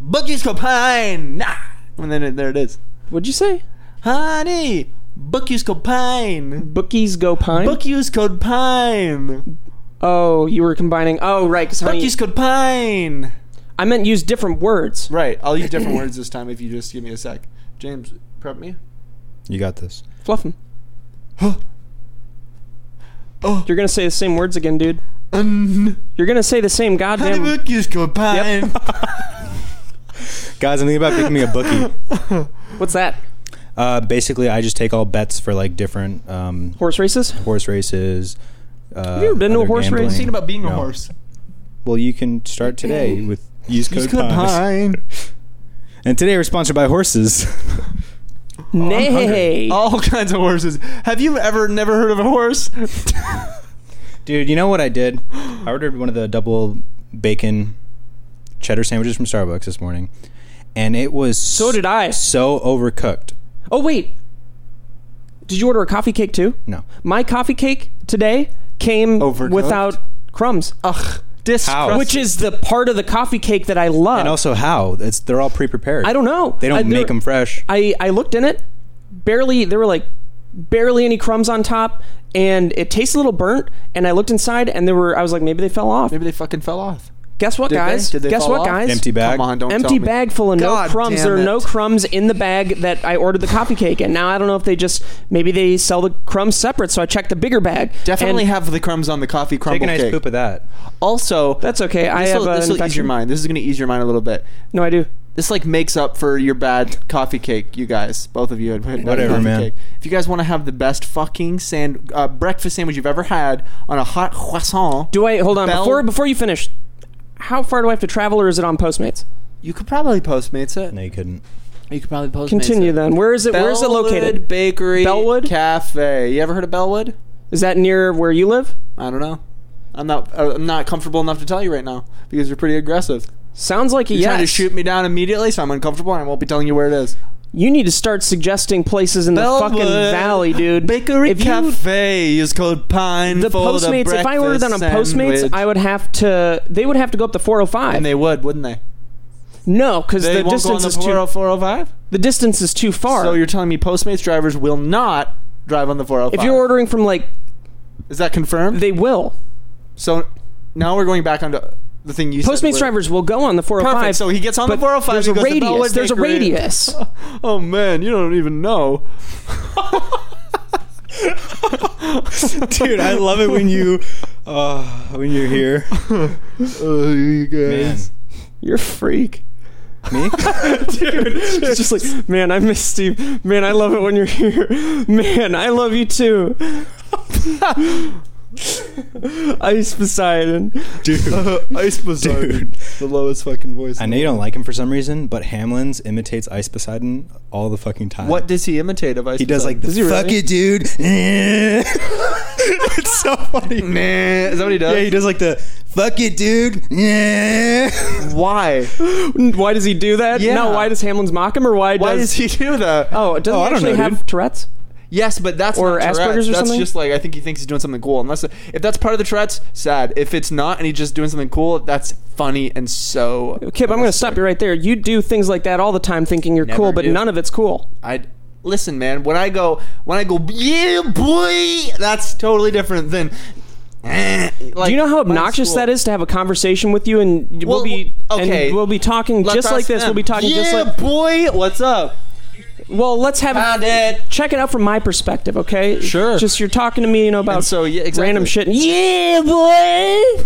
book use code PINE. Nah. And then it, there it is.
What'd you say?
Honey, book use code PINE.
Bookies go pine?
Book use code PINE.
oh, you were combining. Oh, right, because
Book
honey.
use code PINE.
I meant use different words.
Right. I'll
<clears throat>
use different words this time if you just give me a sec. James, prep <gasps> me.
You got this.
Fluff 'em.
Um, Oh,
You're going to say the same words again, dude.
um,
You're going to say the same goddamn.
honeybook use code
<laughs>
PINE.
<laughs>
Guys, I'm thinking about becoming a bookie.
What's that?
Uh, basically, I just take all bets for like different um,
Horse races?
horse races. Uh,
Have you ever been to a
other
horse race?
gambling.
Thinking about being a
No.
horse.
Well, you can start today with use code PIES.
Pine.
And today we're sponsored by horses. <laughs>
Nay.
<laughs>
Oh.
All kinds of horses. Have you ever never heard of a horse?
Dude, you know what I did? I ordered one of the double bacon cheddar sandwiches from Starbucks this morning, and it was
So did I.
So overcooked.
Oh wait. Did you order a coffee cake too?
No.
My coffee cake today came
Overcooked?
without crumbs. Ugh.
How?
Which is the part of the coffee cake that I love.
And also, how? It's they're all pre-prepared.
I don't know.
They don't
I, there-
make them fresh.
I I looked in it. Barely there were like barely any crumbs on top and it tasted a little burnt and I looked inside and there were I was like maybe they fell off.
Maybe they fucking fell off.
Guess what
Did they?
guys?
Did they
Guess
fall
what
off?
guys?
Empty bag.
Come on, don't
empty
tell me.
bag full of
God
no crumbs.
damn
There are no
it.
crumbs in the bag that I ordered the coffee cake in. Now I don't know if they just maybe they sell the crumbs separate. So I checked the bigger bag.
Definitely
And
have the crumbs on the coffee crumble
Take a nice
cake.
poop of that.
Also,
That's okay. I
this'll-
have an
this'll ease your
infection.
mind. This is gonna ease your mind a little bit.
no, I do.
This like makes up for your bad coffee cake, you guys. Both of you had had bad
Whatever,
coffee
man.
Cake. If you guys want to have the best fucking sand uh, breakfast sandwich you've ever had on a hot croissant,
Do I hold on
Bell-
before before you finish? How far do I have to travel, or is it on Postmates?
you could probably postmates it.
No, you couldn't.
You could probably postmates
Continue
it.
then. Where is it? Where is it
Bellwood
located?
Bakery,
Bellwood?
Cafe. You ever heard of Bellwood?
Is that near where you live?
I don't know. I'm not. uh, I'm not comfortable enough to tell you right now because you're pretty aggressive.
Sounds like a
You're trying to
yes.
shoot me down immediately, so I'm uncomfortable and I won't be telling you where it is.
You need to start suggesting places in the fucking
Bellwood
valley, dude.
Bakery
If you-
Cafe is called Pine
the
for
Postmates.
The
if I ordered that on
breakfast
Postmates,
sandwich.
I would have to. They would have to oh go up the 405.
and they would, wouldn't they?
no, because
They
the
won't go on
distance
the
is too
40405.
the distance is too far.
So you're telling me Postmates drivers will not drive on the 405?
if you're ordering from like,
is that confirmed?
they will.
so now we're going back onto the thing you said.
Postmates
where-
drivers will go on the 405.
Perfect. So he gets on the
but
405.
There's
he
a
goes to
radius.
Bellwood
There's a
Bakery. <laughs>
radius.
Oh man, you don't even know.
<laughs> Dude, I love it when you uh, when you're <laughs> here.
<laughs> Oh, you guys.
You're a freak.
Me?
<laughs>
<laughs>
It's just like, man, I miss Steve. Man, I love it when you're here. <laughs> Man, I love you too. <laughs> Ice Poseidon.
<laughs> Dude.
<laughs> Ice Poseidon.
Dude.
The lowest fucking voice.
I know you don't like him for some reason, but Hamlin's imitates Ice Poseidon all the fucking time.
What does he imitate of Ice
He does like the
Does he
fuck
really?
it, dude.
<laughs>
it's so funny.
Nah. Is that what he does?
Yeah, he does like the fuck it, dude.
Why?
Why does he do that?
Yeah.
No, why does Hamlin's mock him or why,
Why
does
does he do that?
Oh, does
Oh,
he
I don't
actually
know,
have
dude.
Tourette's?
Yes, but that's
Or
not Tourette's.
Asperger's or
that's
something?
just like I think he thinks he's doing something cool. Unless if that's part of the Tourette's, sad. If it's not, and he's just doing something cool, that's funny and so.
Kip, I'm going to stop you right there. You do things like that all the time thinking you're
Never
cool, but
do.
none of it's cool.
I listen, man. When I go, when I go, yeah, boy, that's totally different than. eh, Like,
do you know how obnoxious that is to have a conversation with you and we'll,
Well,
be
okay.
and we'll be talking
Let's
just like
ask
this.
them.
We'll be talking just
Yeah,
like
boy, what's up?
Well, let's have
Found
a,
it.
check it out from my perspective, okay?
Ah, Sure.
Just you're talking to me, you know, about
And so, yeah, exactly.
random shit and yeah, boy.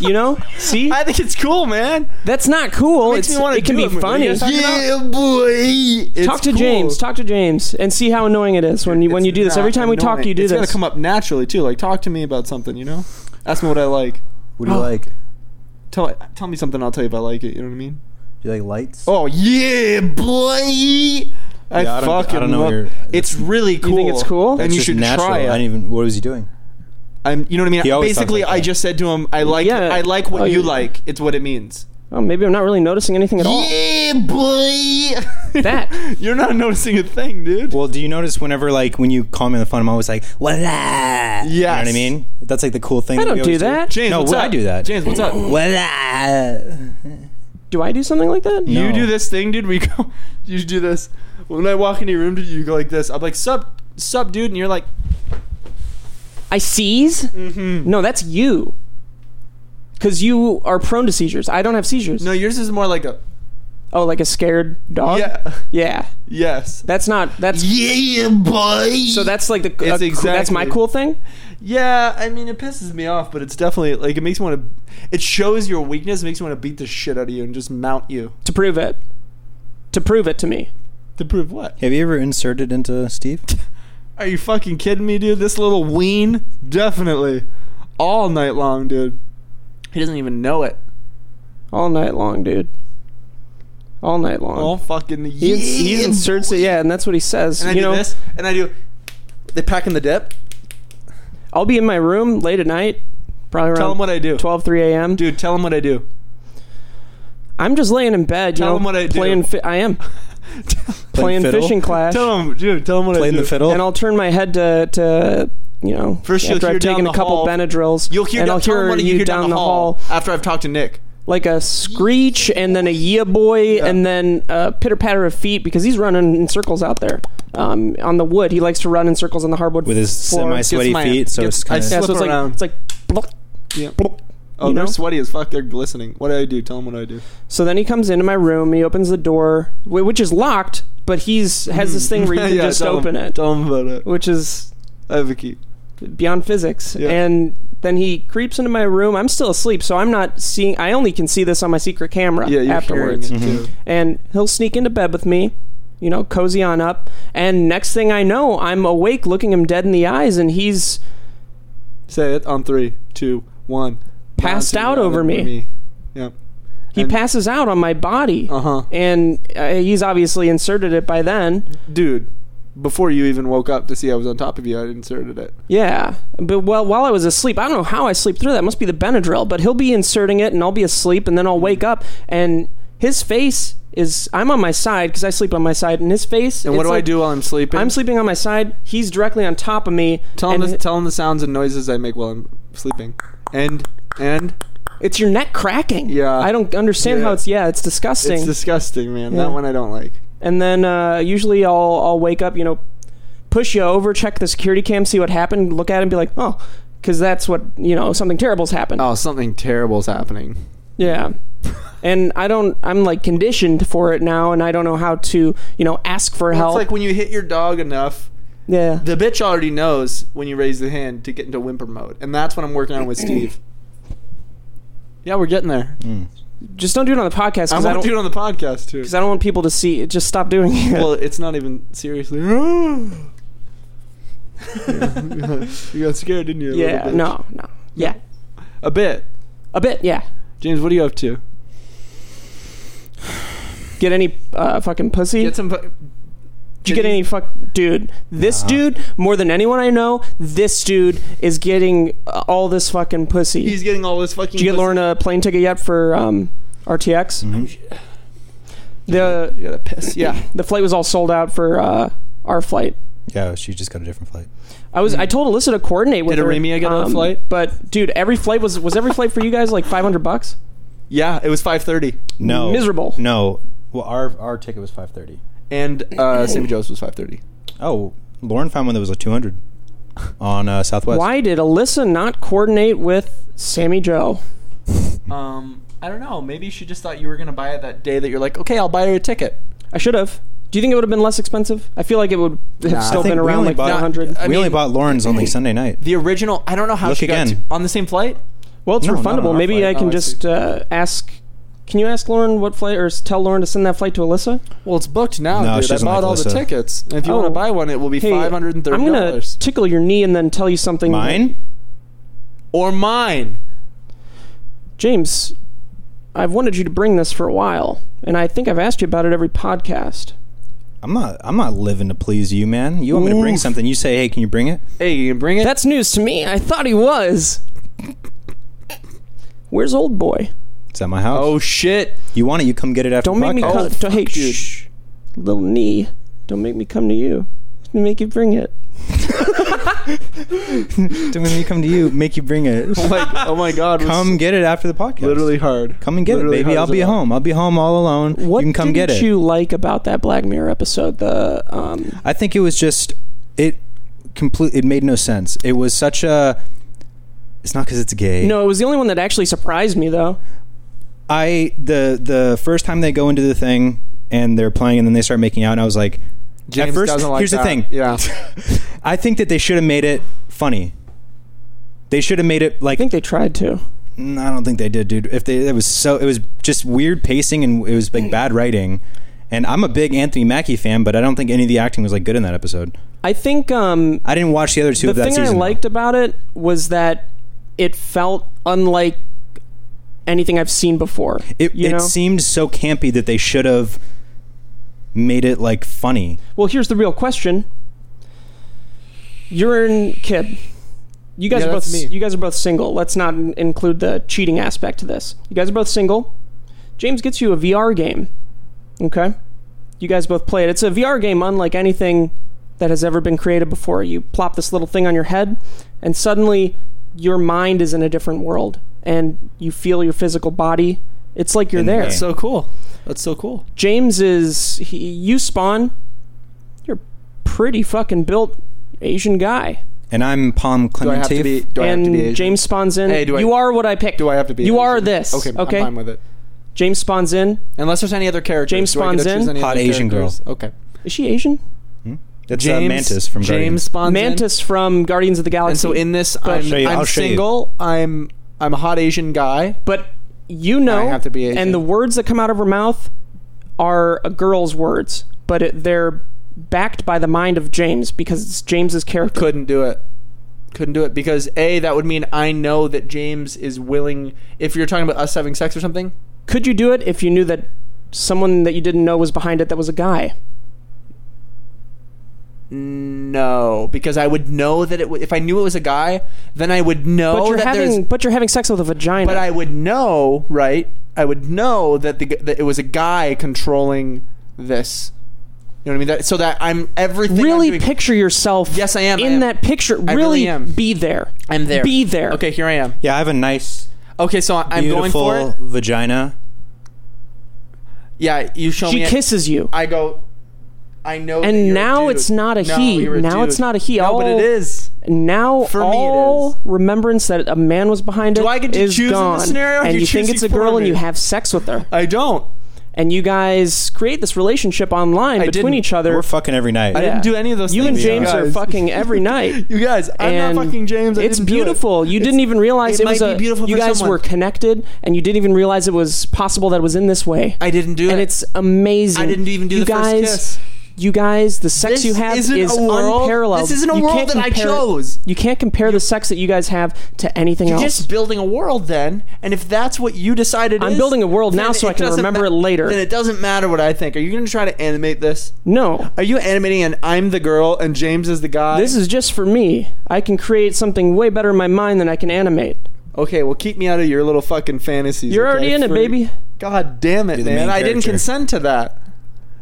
You know? See?
I think it's cool, man.
That's not cool.
Makes
it's,
me wanna
it can
do
be
it. What are you
funny.
guys talking about?
Yeah, boy.
It's
Talk to
cool.
James. Talk to James and see how annoying it is when you when
It's
you do this.
not
Every time we talk,
annoying.
you do
it's
this.
It's gonna come up naturally too. Like talk to me about something, you know. Ask me what I like.
What do you like?
Tell tell me something. I'll tell you if I like it. You know what I mean?
Do you like lights?
Oh yeah, boy. I
Yeah, I don't-
fucking
I don't know
love-
your-
It's really cool.
think it's cool?
and you should try
I
it.
didn't even. What was he doing?
I'm, you know what I mean?
He always talks
Basically,
like
I
that.
just said to him, "I like,
Yeah.
I like what
Oh,
you
you-
like. It's what it means." <laughs>
oh, maybe I'm not really noticing anything at all.
Eh,
Yeah, boy.
That.
you're not <laughs> noticing a thing, dude.
Well, do you notice whenever like when you call me on the phone, I'm always like, "Voila!" Yes. You know what I mean? That's like the cool thing.
I
that we
don't do
always
that.
James,
no,
what's
well,
up?
I do that.
James, what's
<clears throat>
up?
Voila.
Do I do something like that?
No.
You do this thing, dude. We go. <laughs> You do this. When I walk into your room, dude, you go like this. I'm like, sup, sup, dude, and you're like,
I seize.
mm-hmm.
No, that's you. Because you are prone to seizures. I don't have seizures.
No, yours is more like a.
Oh, like a scared dog.
Yeah.
Yeah.
<laughs> Yes.
That's not. That's
Yeah, boy.
so. That's like the. a cool- That's
exactly-
my cool thing.
Yeah, I mean, it pisses me off, but it's definitely like it makes me want to. It shows your weakness. It makes me want to beat the shit out of you and just mount you.
To prove it. To prove it to me.
To prove what?
Have you ever inserted into Steve?
<laughs> Are you fucking kidding me, dude? This little ween? Definitely. All night long, dude. He doesn't even know it.
all night long, dude. All night long.
All fucking
he,
year.
ins- he inserts it, yeah, and that's what he says.
And I
you
do
know,
this, and I do. They pack in the dip.
I'll be in my room late at night, probably around
Tell them what I do,
12, 3 a.m.
dude. Tell them what I do.
I'm just laying in bed, you
Tell
know,
'em what I do.
playing. Fi- I
<laughs>
am playing
fiddle?
fishing clash,
Tell them, dude. Tell them what I
Playing
do.
the fiddle?
and I'll turn my head to to you know
First you'll
after
hear
I've
down
taken
the
a couple
hall.
Benadryls,
You'll hear.
and
down,
I'll
tell 'em
hear
what
you, down, the hall.
after I've talked to Nick.
like a screech, and then a yeah boy, and then a pitter patter of feet because he's running in circles out there um, on the wood. He likes to run in circles on the hardwood
With his
floor.
semi sweaty
my-
feet, so
gets-
it's
I
kind
yeah,
of.
so
Flip
it's like
around.
it's like. bloop,
Yeah.
bloop.
Oh,
You
they're
know?
sweaty as fuck. They're glistening. What do I do? Tell them what I do.
So then he comes into my room. He opens the door, wh- which is locked, but he's has this thing
<laughs>
where you can
Yeah,
just
tell 'em.
open it,
Tell them about it.
which is
I have a key.
beyond physics.
Yeah.
And then he creeps into my room. I'm still asleep, so I'm not seeing. I only can see this on my secret camera
Yeah, you're
afterwards. Mm-hmm.
hearing it too.
And he'll sneak into bed with me, you know, cozy on up. And next thing I know, I'm awake, looking him dead in the eyes, and he's
Say it on three, two, one.
Passed
Bouncing
out
around
over me.
Yep.
he
And-
passes out on my body.
Uh huh.
And uh, he's obviously inserted it by then.
Dude, before you even woke up to see I was on top of you, I inserted it.
Yeah, but well, while I was asleep, I don't know how I sleep through that. must be the Benadryl, but he'll be inserting it, and I'll be asleep, and then I'll wake up, and his face is. I'm on my side because I sleep on my side, and his face.
And what
it's
do I
like-
do while I'm sleeping?
I'm sleeping on my side. He's directly on top of me.
Tell him,
and
the, tell him the sounds and noises I make while I'm sleeping. And, and,
it's your neck cracking.
Yeah.
I don't understand
Yeah.
how it's. Yeah, it's disgusting.
it's disgusting, man.
Yeah.
That one I don't like.
and then uh, usually I'll I'll wake up, you know, push you over, check the security cam, see what happened, look at it, and be like, oh, because that's what you know, something terrible's happened.
Oh, something terrible's happening.
Yeah. And I don't, I'm like conditioned for it now, and I don't know how to, you know, ask for help.
It's like when you hit your dog enough,
yeah.
the bitch already knows when you raise the hand to get into whimper mode. And that's what I'm working
<clears throat>
on with Steve. Yeah, we're getting there.
just don't do it on the podcast
I
because I,
want to
don't,
do it on the podcast, too.
'cause I don't want people to see it. Just stop doing it.
well, it's not even
<laughs>
seriously. you got scared, didn't you? a little
yeah.
bit?
No, no. Yeah.
A bit.
A bit, yeah.
James, what are you up to?
Get any uh, fucking pussy?
Get some. fu-
Did you get any fuck. Dude, this dude, more than anyone I know, this dude is getting uh, all this fucking pussy.
He's getting all this fucking.
Did you get
pussy.
Lauren a plane ticket yet for um, RTX?
Mhm.
The,
You gotta piss. <laughs> Yeah.
the flight was all sold out for uh, our flight.
Yeah, she just got a different flight.
I was. I told Alyssa to coordinate with
Did
her. um,
Aramia get on a flight?
But dude, every flight was was every flight for you guys like five hundred bucks.
Yeah. It was five thirty,
No.
Miserable.
No. Well, our our ticket was five thirty.
and uh, St. Joe's was five thirty.
Oh, Lauren found one that was a two hundred on uh, Southwest.
Why did Alyssa not coordinate with Sammy Joe?
Um, I don't know. Maybe she just thought you were gonna buy it that day. That you're like, okay, I'll buy her a ticket.
I should have. Do you think it would have been less expensive? I feel like it would have
Nah, I
still
think
been
we
around
only
like
bought- Uh,
five hundred.
I
we only
mean-
bought Lauren's only Sunday night.
The original. I don't know how
Look
she got
again.
to, on the same flight.
Well, it's
No, not on
refundable.
our
Maybe
flight.
I can
Oh, I
just
see.
uh, ask. Can you ask Lauren what flight, or s- tell Lauren to send that flight to Alyssa?
Well, it's booked now,
No,
dude.
she
I
doesn't
bought
like
all the
Alyssa.
tickets. And if you
Oh.
want to buy one, it will be
Hey,
five hundred and thirty
I'm gonna
dollars.
tickle your knee and then tell you something.
Mine?
or mine.
James, I've wanted you to bring this for a while, and I think I've asked you about it every podcast.
I'm not. I'm not living to please you, man. You want me to bring
Oof.
something? You say, hey, can you bring it?
Hey, you can bring it.
That's news to me. I thought he was. Where's old boy?
It's at my house.
oh shit!
you want it? You come get it after.
Don't
the
make me
podcast.
come.
fuck
Don't, hey,
you.
shh, little knee. Don't make me come to you. Make you bring it.
Don't make me come to you. Make you
<laughs>
bring it.
Like, oh my god! it was
come get it after the podcast.
literally hard.
Come and get
Literally
it,
hard
baby. I'll
as a
be
rock.
home. I'll be home all alone.
What
you can come
didn't
get it.
you like about that Black Mirror episode? The um,
I think it was just it complete. It made no sense. It was such a. It's not because it's gay.
no, it was the only one that actually surprised me though.
I the the first time they go into the thing and they're playing and then they start making out and I was like,
James
at first,
doesn't like
here's
that.
the thing.
Yeah, <laughs>
I think that they should have made it funny. They should have made it like
I think they tried to.
Mm, I don't think they did, dude. If they, it was so, it was just weird pacing and it was like bad writing, And I'm a big Anthony Mackie fan, but I don't think any of the acting was like good in that episode.
I think um,
I didn't watch the other two
the
of that
thing
season.
I liked about it was that it felt unlike anything I've seen before.
it
you
it
know?
seemed so campy that they should have made it like funny.
well, here's the real question: You're in Kib. You guys
Yeah,
are both
that's me.
you guys are both single. Let's not in- include the cheating aspect to this. You guys are both single. James gets you a VR game. Okay, you guys both play it. It's a VR game unlike anything that has ever been created before. You plop this little thing on your head, and suddenly your mind is in a different world, and you feel your physical body. It's like you're
In the
there.
game.
So cool. That's so cool.
James is he, you spawn. You're a pretty fucking built Asian guy,
And I'm Palm
Do I have to be?
Clemente.
Do I have to
and
be? Asian?
James spawns in.
Hey, do I-
you are what I picked.
Do I have to be?
You are
Asian?
this.
Okay,
Okay.
I'm fine with it.
James spawns in.
Unless there's any other characters.
James
do I get to
spawns in.
choose any
Hot
other
Asian girl.
characters? Okay.
Is she Asian?
That's uh, Mantis from
James
Guardians.
spawns in.
Mantis from Guardians of the Galaxy.
And so in this,
I'll
I'm,
show you-
I'm
I'll show you.
single. I'm I'm a hot Asian guy.
but you know,
I have to be Asian.
and the words that come out of her mouth are a girl's words, but it, they're backed by the mind of James because it's James's character.
Couldn't do it. Couldn't do it because a that would mean I know that James is willing. If you're talking about us having sex or something,
Could you do it if you knew that someone that you didn't know was behind it that was a guy?
no, because I would know that it. W- if I knew it was a guy, then I would know
But you're
Oh, that there's.
having but you're having sex with a vagina.
But I would know, right? I would know that the g- that it was a guy controlling this. You know what I mean? That, so that I'm everything. I'm
really
doing-
picture yourself.
Yes, I am,
In
I am.
that picture,
I
really,
really am.
be there.
I'm there.
Be there.
Okay, here I am.
Yeah, I have a nice,
Okay, so I- I'm going for
beautiful
it.
vagina.
Yeah, you show
She
me. it.
kisses you.
I go. I know. that
And
you're a
now
dude.
it's not a
No,
he.
you're a
Now
dude.
it's not a he. Oh.
No, but
All-
it is.
Now
For me, it
all
is.
remembrance that a man was behind it
I get to
is
choose in this
gone.
scenario?
and
You're
you think
choosing
it's a
for
girl and
me.
you have sex with her.
I don't.
And you guys create this relationship online
I
between
didn't.
each other.
We're fucking every night.
I
Yeah.
didn't do any of those.
you and
things,
James are
guys.
fucking
<laughs>
every night.
You guys, I'm
and
not fucking James. I
it's
didn't do it.
beautiful. You didn't even realize
it
it, was
might be
a.
beautiful
you
for
guys
someone.
were connected, and you didn't even realize it was possible that it was in this way.
I didn't do it.
and it's amazing.
I didn't even do
you
the first
guys,
kiss.
You guys, the sex
This
you have
isn't
is
a world-
unparalleled.
this isn't a
You
world
can't
that I
compare-
chose.
You can't compare the sex that you guys have to anything
You're
else.
just building a world then, and if that's what you decided,
I'm
is,
building a world now
then
so I
it
can
doesn't
remember it later.
Then it doesn't matter what I think. Are you going to try to animate this?
no,
Are you animating and I'm the girl and James is the guy?
this is just for me. I can create something way better in my mind than I can animate.
okay. Well, keep me out of your little fucking fantasies.
You're
okay?
already in it,
Freak.
baby.
God damn it,
You're the
man!
main
I didn't
character.
consent to that.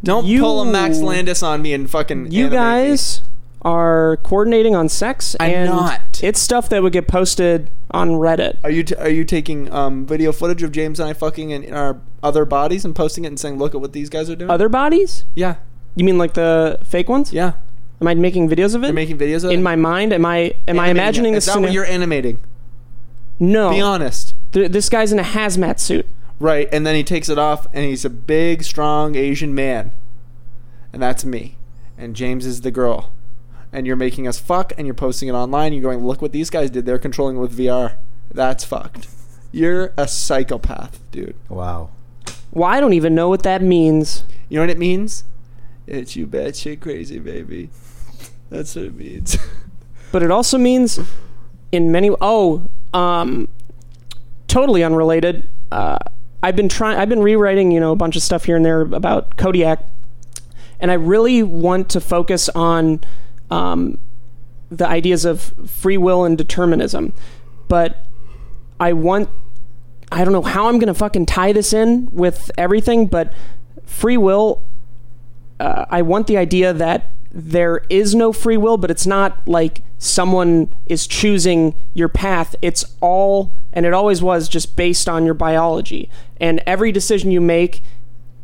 Don't
You-
pull a Max Landis on me and fucking.
You
animate me.
guys are coordinating on sex.
I'm
and
not.
It's stuff that would get posted on Reddit.
Are you t- are you taking um, video footage of James and I fucking in, in our other bodies and posting it and saying, "Look at what these guys are doing"?
Other bodies?
yeah,
You mean like the fake ones?
yeah.
Am I making videos of it?
You're making videos of it?
in my mind, am I am I
Animating
imagining Oh.
it.
this?
Is that
scenario?
what you're animating?
No.
Be honest,
Th- this guy's in a hazmat suit.
right? And then he takes it off, and he's a big, strong Asian man, and that's me. And James is the girl, and you're making us fuck, and you're posting it online. You're going, "Look what these guys did. They're controlling it with VR. That's fucked." You're a psychopath, dude.
wow.
Well, I don't even know what that means.
You know what it means? It's you batshit crazy, baby. That's what it means. <laughs>
But it also means, in many oh, um, totally unrelated. Uh, I've been trying. I've been rewriting, you know, a bunch of stuff here and there about Kodiak, and I really want to focus on um, the ideas of free will and determinism. But I want. I don't know how I'm gonna fucking tie this in with everything, but free will uh, I want the idea that there is no free will, but it's not like someone is choosing your path. It's all, and it always was, just based on your biology. And every decision you make,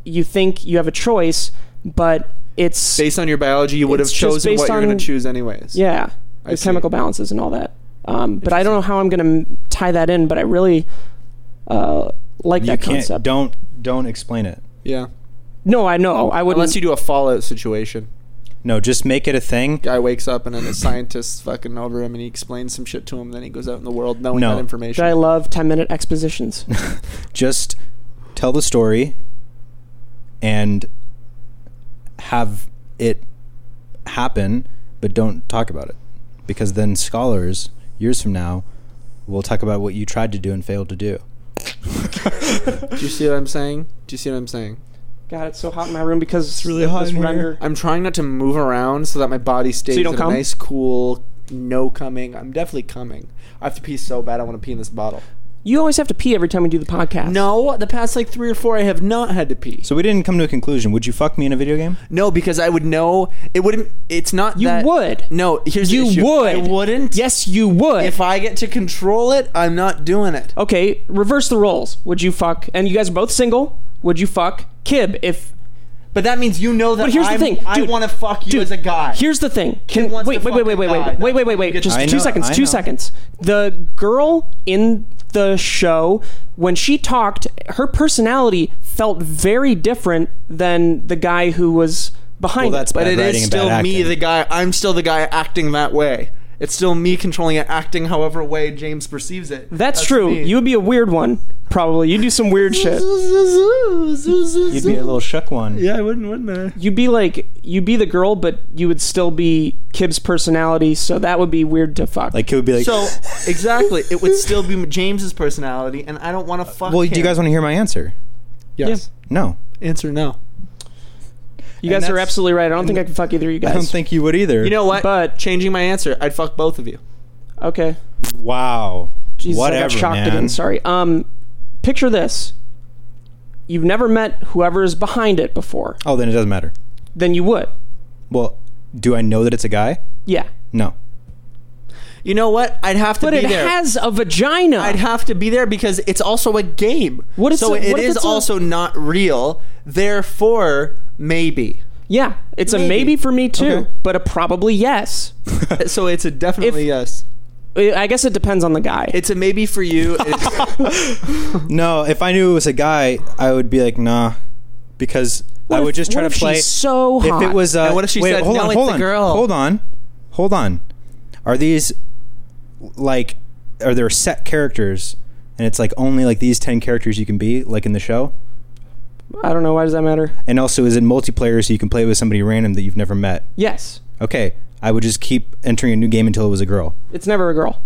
you think you have a choice, but it's
Based on your biology, you would
It's
have
just
chosen
based
what you're going
on-
to choose, anyways.
yeah,
I
the
see.
chemical balances and all that. Um, but I don't know how I'm going to tie that in. But I really uh, like
You
that
can't.
concept.
Don't don't explain it.
Yeah.
no, I know I wouldn't.
Unless you do a Fallout situation.
No, just make it a thing.
Guy wakes up and then a scientist fucking over him and he explains some shit to him. Then he goes out in the world knowing
No.
that information.
I love ten minute
<laughs>
expositions.
Just tell the story, and have it happen, but don't talk about it, because then scholars years from now will talk about what you tried to do and failed to do.
Do you see what I'm saying? Do you see what I'm saying?
God, it's so hot in my room because it's
really hot in here.
I'm trying not to move around so that my body stays
don't
in a
come?
nice, cool, no coming. I'm definitely coming. I have to pee so bad. I want to pee in this bottle.
You always have to pee every time we do the podcast.
No, the past like three or four, I have not had to pee.
So we didn't come to a conclusion. Would you fuck me in a video game?
No, because I would know it wouldn't. It's not
You
that
would.
No, here's the
You
issue.
would.
I wouldn't.
Yes, you would.
If I get to control it, I'm not doing it.
okay, reverse the roles. Would you fuck? And you guys are both single. Would you fuck Kib? If
But that means you know that.
But here's the
I'm,
thing,
I
dude.
want to fuck you
Dude,
as a guy.
here's the thing, can, wait,
wants
wait,
to
wait, wait, wait,
fucking
wait,
die.
wait, wait, wait,
That's what you
wait, just two
get
to do. I know,
seconds,
I
two
know.
seconds. The girl in the show, when she talked, her personality felt very different than the guy who was behind.
Well, that's
it.
But
Bad
it
writing
is
and
still
bad
me,
acting.
the guy. I'm still the guy acting that way. It's still me controlling it, acting however way James perceives it.
That's, true.
me.
You would be a weird one, probably. You'd do some weird shit.
You'd be a little shook
<laughs>
one.
Yeah, I wouldn't, wouldn't I?
You'd be like, you'd be the girl, but you would still be Kib's personality, so that would be weird to fuck.
Like it would be like.
So exactly, it would still be James's personality, and I don't want to fuck.
Uh, well,
him.
do you guys want to hear my answer?
Yes.
No,
Answer no.
you guys
and
are
that's-
absolutely right. I don't think I can fuck either of you guys.
I don't think you would either.
You know what?
But-
changing my answer, I'd fuck both of you.
Okay.
Wow.
Jesus,
Whatever,
I got shocked
man.
again. Sorry. Um, picture this: you've never met whoever is behind it before.
Oh, then it doesn't matter.
Then you would.
Well, do I know that it's a guy?
Yeah.
No.
You know what? I'd have to
But
be
it
there.
has a vagina.
I'd have to be there because it's also a game.
What if
so
it's a-
it
what if
is
it's a-
also not real. Therefore, maybe.
yeah, it's a
Maybe.
maybe for me too,
Okay.
but a probably yes.
<laughs> So it's a definitely yes.
I I guess it depends on the guy.
It's a maybe for <laughs> you. It's,
No, if I knew it was a guy, I would be like, nah, because I
What
would
if-
just try
what
to
if
play.
She's so hot.
If it was, uh,
And what if she
wait,
said,
hold
"No,
on,
it's
hold
the
on,
girl"?
hold on, hold on. Are these like, are there set characters, and it's like only like these ten characters you can be like in the show?
I don't know. Why does that matter?
And also, is it multiplayer so you can play with somebody random that you've never met?
Yes,
Okay, I would just keep entering a new game until it was a girl.
it's never a girl.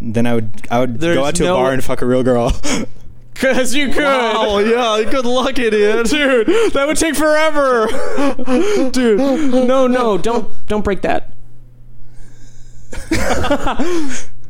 Then I would, I would
There's
go out to
no-
a bar and fuck a real girl. <laughs>
Cause you could.
oh yeah, good luck, idiot.
dude. That would take forever, <laughs> dude. No, no, don't don't break that. <laughs>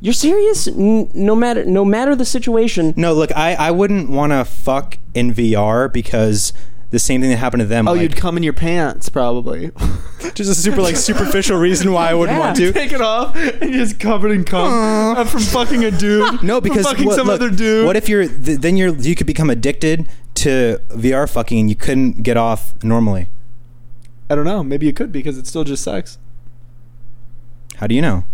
You're serious? N- no matter no matter the situation.
No, look, I, I wouldn't want to fuck in VR because the same thing that happened to them.
Oh,
like,
you'd come in your pants probably.
<laughs> just a super like superficial reason why I wouldn't
Yeah.
want
<laughs>
to.
Take it off and you're just covered in cum.
Aw.
I'm from fucking a <laughs> dude.
No,
from
because
fucking
what,
some
look,
other dude.
What if you're th- then you're you could become addicted to VR fucking and you couldn't get off normally?
I don't know. Maybe you could because it's still just sex.
How do you know?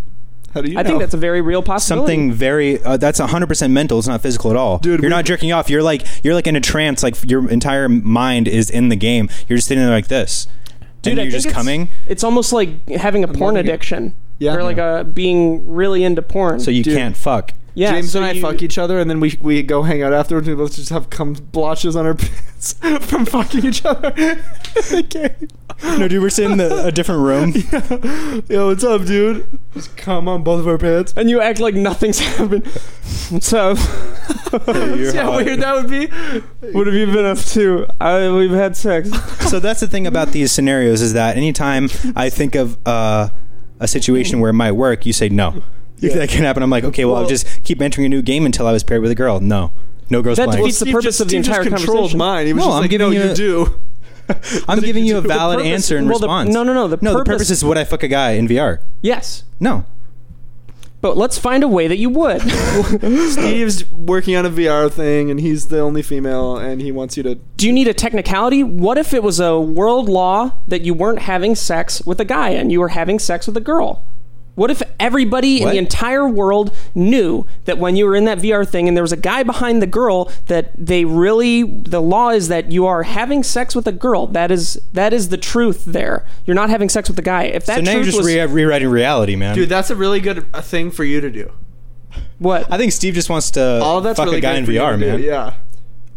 How do you?
I
know?
think that's a very real possibility.
Something very uh, that's 100% mental, it's not physical at all.
Dude,
you're
we-
not jerking off. You're like you're like in a trance like your entire mind is in the game. You're just sitting there like this.
dude.
and
I think
you're just
it's-
coming.
It's almost like having a porn
loving it.
addiction.
Yeah.
or like a being really into porn.
So you
Dude.
can't fuck.
yeah,
James
so
and I
you-
fuck each other, and then we we go hang out afterwards. and We both just have cum blotches on our <laughs> pants from fucking each other. <laughs> okay.
No, dude, we're sitting in the, a different <laughs> room.
Yo, what's up, dude? Just cum on both of our pants.
and you act like nothing's <laughs> happened. so
<laughs>
You're
See how
hot.
weird that would be.
what have you been up to? I, we've had sex.
so that's the thing about these scenarios is that anytime I think of uh, a situation where it might work, you say no.
Yeah.
That can happen. I'm like, okay, well,
Well-
I'll just keep entering a new game until I was paired with a girl. No, no girls
That
playing.
defeats- It's the
Steve
purpose
just-
of the
Steve just
entire
controlled
conversation.
mine. He was
No,
just
I'm
like,
giving
no,
you
you
a-
do.
I'm giving you
<laughs>
a
The
valid
purpose-
answer in
well, the-
response.
no, no, no, the
no. the
purpose-
purpose is would I fuck a guy in VR?
Yes,
No.
but let's find a way that you would.
<laughs> Steve's working on a VR thing, and he's the only female, and he wants you to.
Do you need a technicality? What if it was a world law that you weren't having sex with a guy and you were having sex with a girl? What if everybody in
What?
the entire world knew that when you were in that VR thing and there was a guy behind the girl that they really the law is that you are having sex with a girl. That is that is the truth there. You're not having sex with a guy. If that
So now you're
truth
just
was
re- rewriting reality, man.
Dude, that's a really good uh, thing for you to do.
what
I think Steve just wants to
All that's
fuck
really
a guy
good
in
for you
VR,
to do,
man.
Yeah.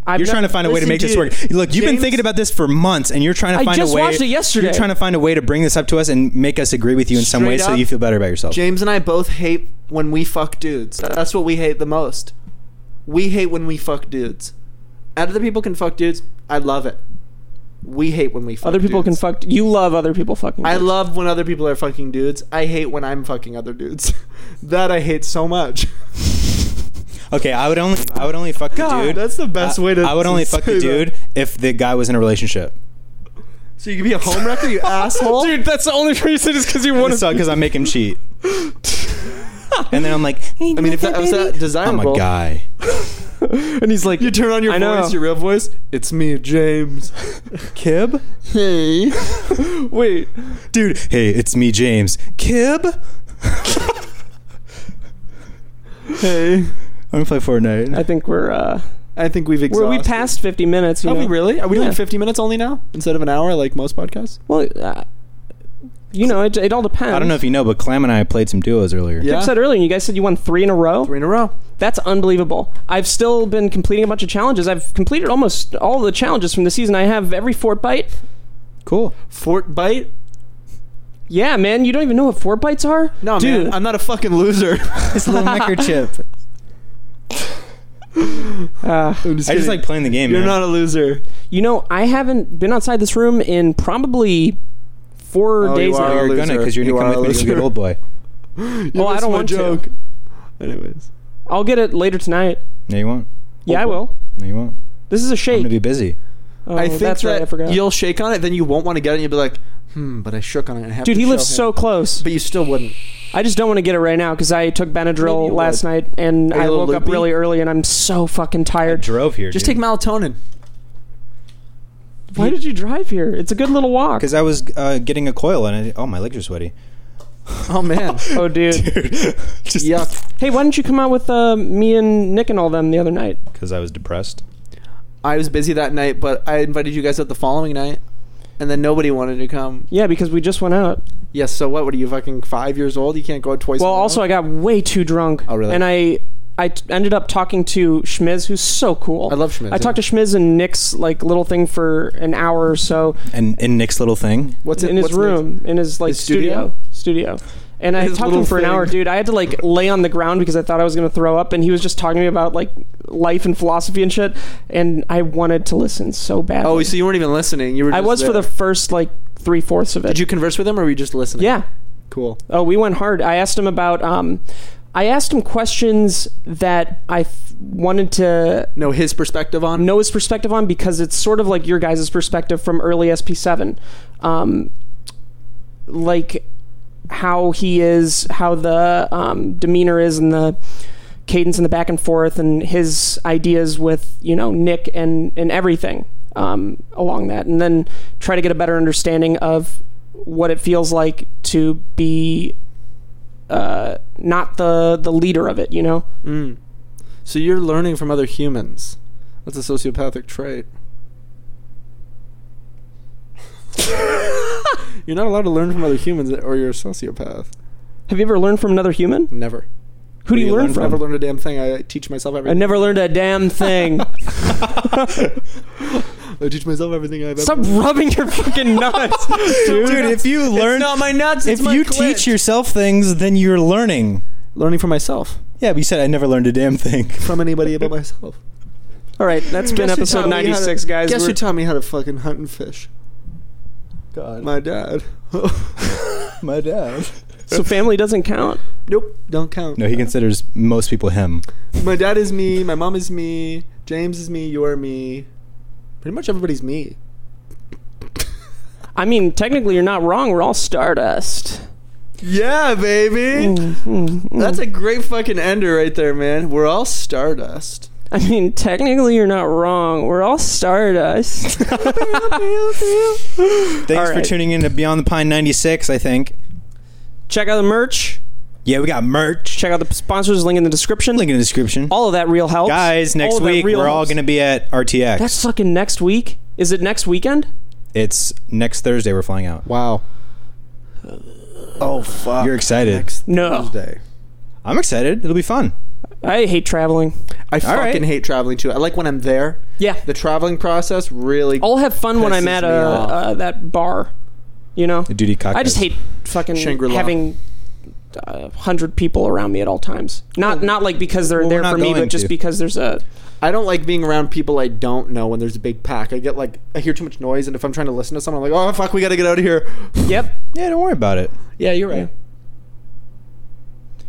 I've
You're
nev-
trying to find a way to
Listen,
make this
dude,
work. Look, you've been
James-
thinking about this for months, and you're trying to
I
find
just
a way.
watched it yesterday.
You're trying to find a way to bring this up to us and make us agree with you in some way,
Straight
so
up.
you feel better about yourself.
James and I both hate when we fuck dudes. That's what we hate the most. We hate when we fuck dudes. Other people can fuck dudes. I love it. We hate when we fuck
Other people
dudes.
can fuck. You love other people fucking.
I
dudes.
love when other people are fucking dudes. I hate when I'm fucking other dudes. <laughs> that I hate so much. <laughs>
Okay, I would only, I would only fuck
God,
the dude.
that's the best
I-
way to.
I would only
to
fuck
say
the
that.
dude if the guy was in a relationship.
So you can be a homewrecker, <laughs> you asshole.
dude. That's the only reason is because you want
So because I make
<laughs>
him cheat, and then I'm like,
I mean, if that was
<laughs> Oh
that
I'm
desirable,
a guy.
And he's like,
you turn on your
I know.
voice, your real voice. It's me, James.
Kib,
Hey, <laughs>
wait,
dude. Hey, it's me, James. Kib.
hey.
I'm gonna play Fortnite.
I think we're uh,
I think we've
we're
exhausted.
we past fifty minutes. You
Are
know?
we really? Are we
Yeah.
doing 50 minutes only now instead of an hour like most podcasts?
Well, uh, you know, it, it all depends.
I don't know if you know, but Clam and I played some duos earlier.
Yeah.
I said earlier, you guys said you won three in a row.
Three in a row.
That's unbelievable. I've still been completing a bunch of challenges. I've completed almost all the challenges from the season. I have every fort bite.
Cool.
Fort bite?
Yeah, man, you don't even know what fort bites are?
No,
dude.
Oh, man. I'm not a fucking <laughs> loser.
It's <laughs> a little microchip.
uh,
I just like playing the game.
You're
man.
not a loser.
you know, I haven't been outside this room in probably four
Oh, you
days
are
now.
a
You're
loser.
gonna because you're
You
gonna
are a
come with me to a
loser.
good old boy.
You
I
missed
don't
my
want to.
joke. Anyways.
I'll get it later tonight.
No, you won't.
Yeah, I
boy.
will.
No, you won't.
This is a
I'm
shake.
gonna be busy.
oh,
I think
that's
that
right. I forgot.
you'll shake on it, then you won't want to get it, and you'll be like, hmm, but I shook on it. And I have
Dude,
to
he
show
lives
him.
so close.
But you still wouldn't.
I just don't want to get it right now because I took
Maybe
Benadryl
you
last
would.
night and
Are you a
I
little
woke up
loopy?
really early and I'm so fucking
I
tired.
drove here.
Just take melatonin.
Why did you drive here? It's a good little walk.
because I was uh, getting a coil and I, oh my legs are sweaty.
<laughs>
Oh, man.
Oh,
<laughs>
dude.
<laughs> just
Yuck.
Hey, why didn't you come out with uh, me and Nick and all them the other night?
Because I was depressed.
I was busy that night, but I invited you guys out the following night, and then nobody wanted to come.
Yeah, because we just went out.
Yes, so what? What are you, fucking five years old? You can't go out twice
Well,
in a row?
also I got way too drunk.
Oh, really?
And I I t- ended up talking to Schmiz, who's so cool.
I love Schmiz,
I
yeah.
talked to Schmiz and Nick's like little thing for an hour or so
And in Nick's little thing,
What's it-
in his
what's
room, in his like
His
studio,
studio?
studio. And I
His
talked to
little
him for an
thing.
hour, dude. I had to like lay on the ground because I thought I was going to throw up, and he was just talking to me about like life and philosophy and shit. And I wanted to listen so badly.
Oh, so you weren't even listening. You were.
I
just
was for the
there.
first like three fourths of it.
Did you converse with him, or were you just listening?
Yeah.
Cool.
Oh, we went hard. I asked him about. Um, I asked him questions that I f- wanted to
No, his perspective on.
know his perspective on because it's sort of like your guys' perspective from early SP7. Um, like how he is, how the um, demeanor is, and the cadence and the back and forth, and his ideas with you know Nick and and everything um, along that, and then try to get a better understanding of what it feels like to be uh, not the the leader of it, you know.
Mm. So you're learning from other humans. That's a
<laughs>
sociopathic trait. you're not allowed to learn from other humans, or you're a sociopath.
Have you ever learned from another human?
Never.
Who do you, learn from?
Never learned a damn thing. I teach myself
I
everything.
never learned a damn thing.
I teach myself everything I've
Stop
ever.
rubbing your fucking nuts, dude.
if you learn,
my nuts.
if you teach yourself things, then you're learning.
learning from myself,
Yeah, but you said I never learned a damn thing.
from anybody <laughs> but myself.
All right, that's been
Guess who
episode
taught me how to-
96, guys.
Guess who
We're-
taught me how to fucking hunt and fish?
God,
My dad. <laughs>
my dad.
so family doesn't count.
nope, don't count.
No, he considers most people him.
My dad is me. My mom is me. James is me. You are me. Pretty much everybody's me.
I mean, technically, you're not wrong. We're all stardust.
Yeah,
Mm,
baby. That's a great fucking ender right there, man. We're all stardust.
I mean, technically, you're not wrong. We're all stardust.
Thanks
right.
for tuning in to Beyond the Pine 96, I think.
Check out the merch.
Yeah, we got merch.
Check out the sponsors. Link in the description.
Link in the description.
All of that real helps,
Guys, next
All of Oh, that
week
real
we're all
helps.
going to be at RTX.
That's fucking next week. Is it next weekend?
it's next Thursday we're flying out.
Wow. Oh fuck.
You're excited.
Next
No.
Tuesday.
I'm excited. It'll be fun.
I hate traveling.
I fucking
right.
hate traveling too. I like when I'm there.
Yeah.
The traveling process really.
I'll have fun when I'm at
pisses me
a,
off.
uh, that bar. You know,
The duty cocktail.
I just hate fucking
Shangri-La.
having uh, hundred people around me at all times. Not not like because they're
Well, we're
there
not
for me,
going
but just
to.
because there's a
I don't like being around people I don't know when there's a big pack. I get like I hear too much noise, and if I'm trying to listen to someone, I'm like, oh fuck, we gotta get out of here.
yep.
Yeah, don't worry about it.
yeah, you're right.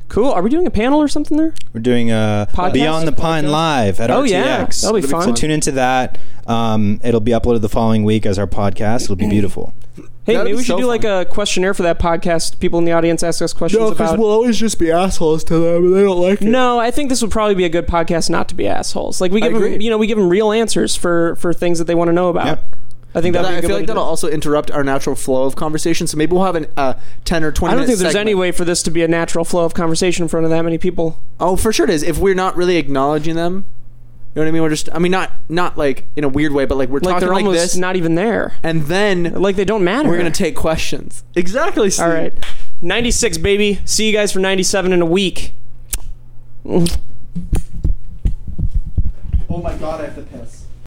Cool. Are we doing a panel or something there?
We're doing uh,
Podcast?
Beyond the Pine
Podcast?
live at
Oh,
RTX.
yeah. That'll be That'll be fun.
So
fun.
tune into that. Um, it'll be uploaded the following week as our podcast. It'll be beautiful.
Hey,
That'd
maybe
be
we should
so
do like
fun.
a questionnaire for that podcast. People in the audience ask us questions
No, because
about.
we'll always just be assholes to them, and they don't like it.
no, I think this would probably be a good podcast not to be assholes. Like we give them,
agree.
you know, we give them real answers for for things that they want to know about.
Yep.
I think
But
that
I feel like that'll also interrupt our natural flow of conversation. So maybe we'll have a uh, ten or twenty.
I don't
minute
think there's
segment.
any way for this to be a natural flow of conversation in front of that many people.
Oh, for sure it is. If we're not really acknowledging them, you know what I mean. We're just. I mean, not not like in a weird way, but like we're
Like
talking
they're
like
almost
this,
not even there.
and then
<laughs> Like they don't matter.
we're gonna take questions. Exactly. Steve.
All right, 96 baby. See you guys for 97 in a week.
Oh my god, I have to piss.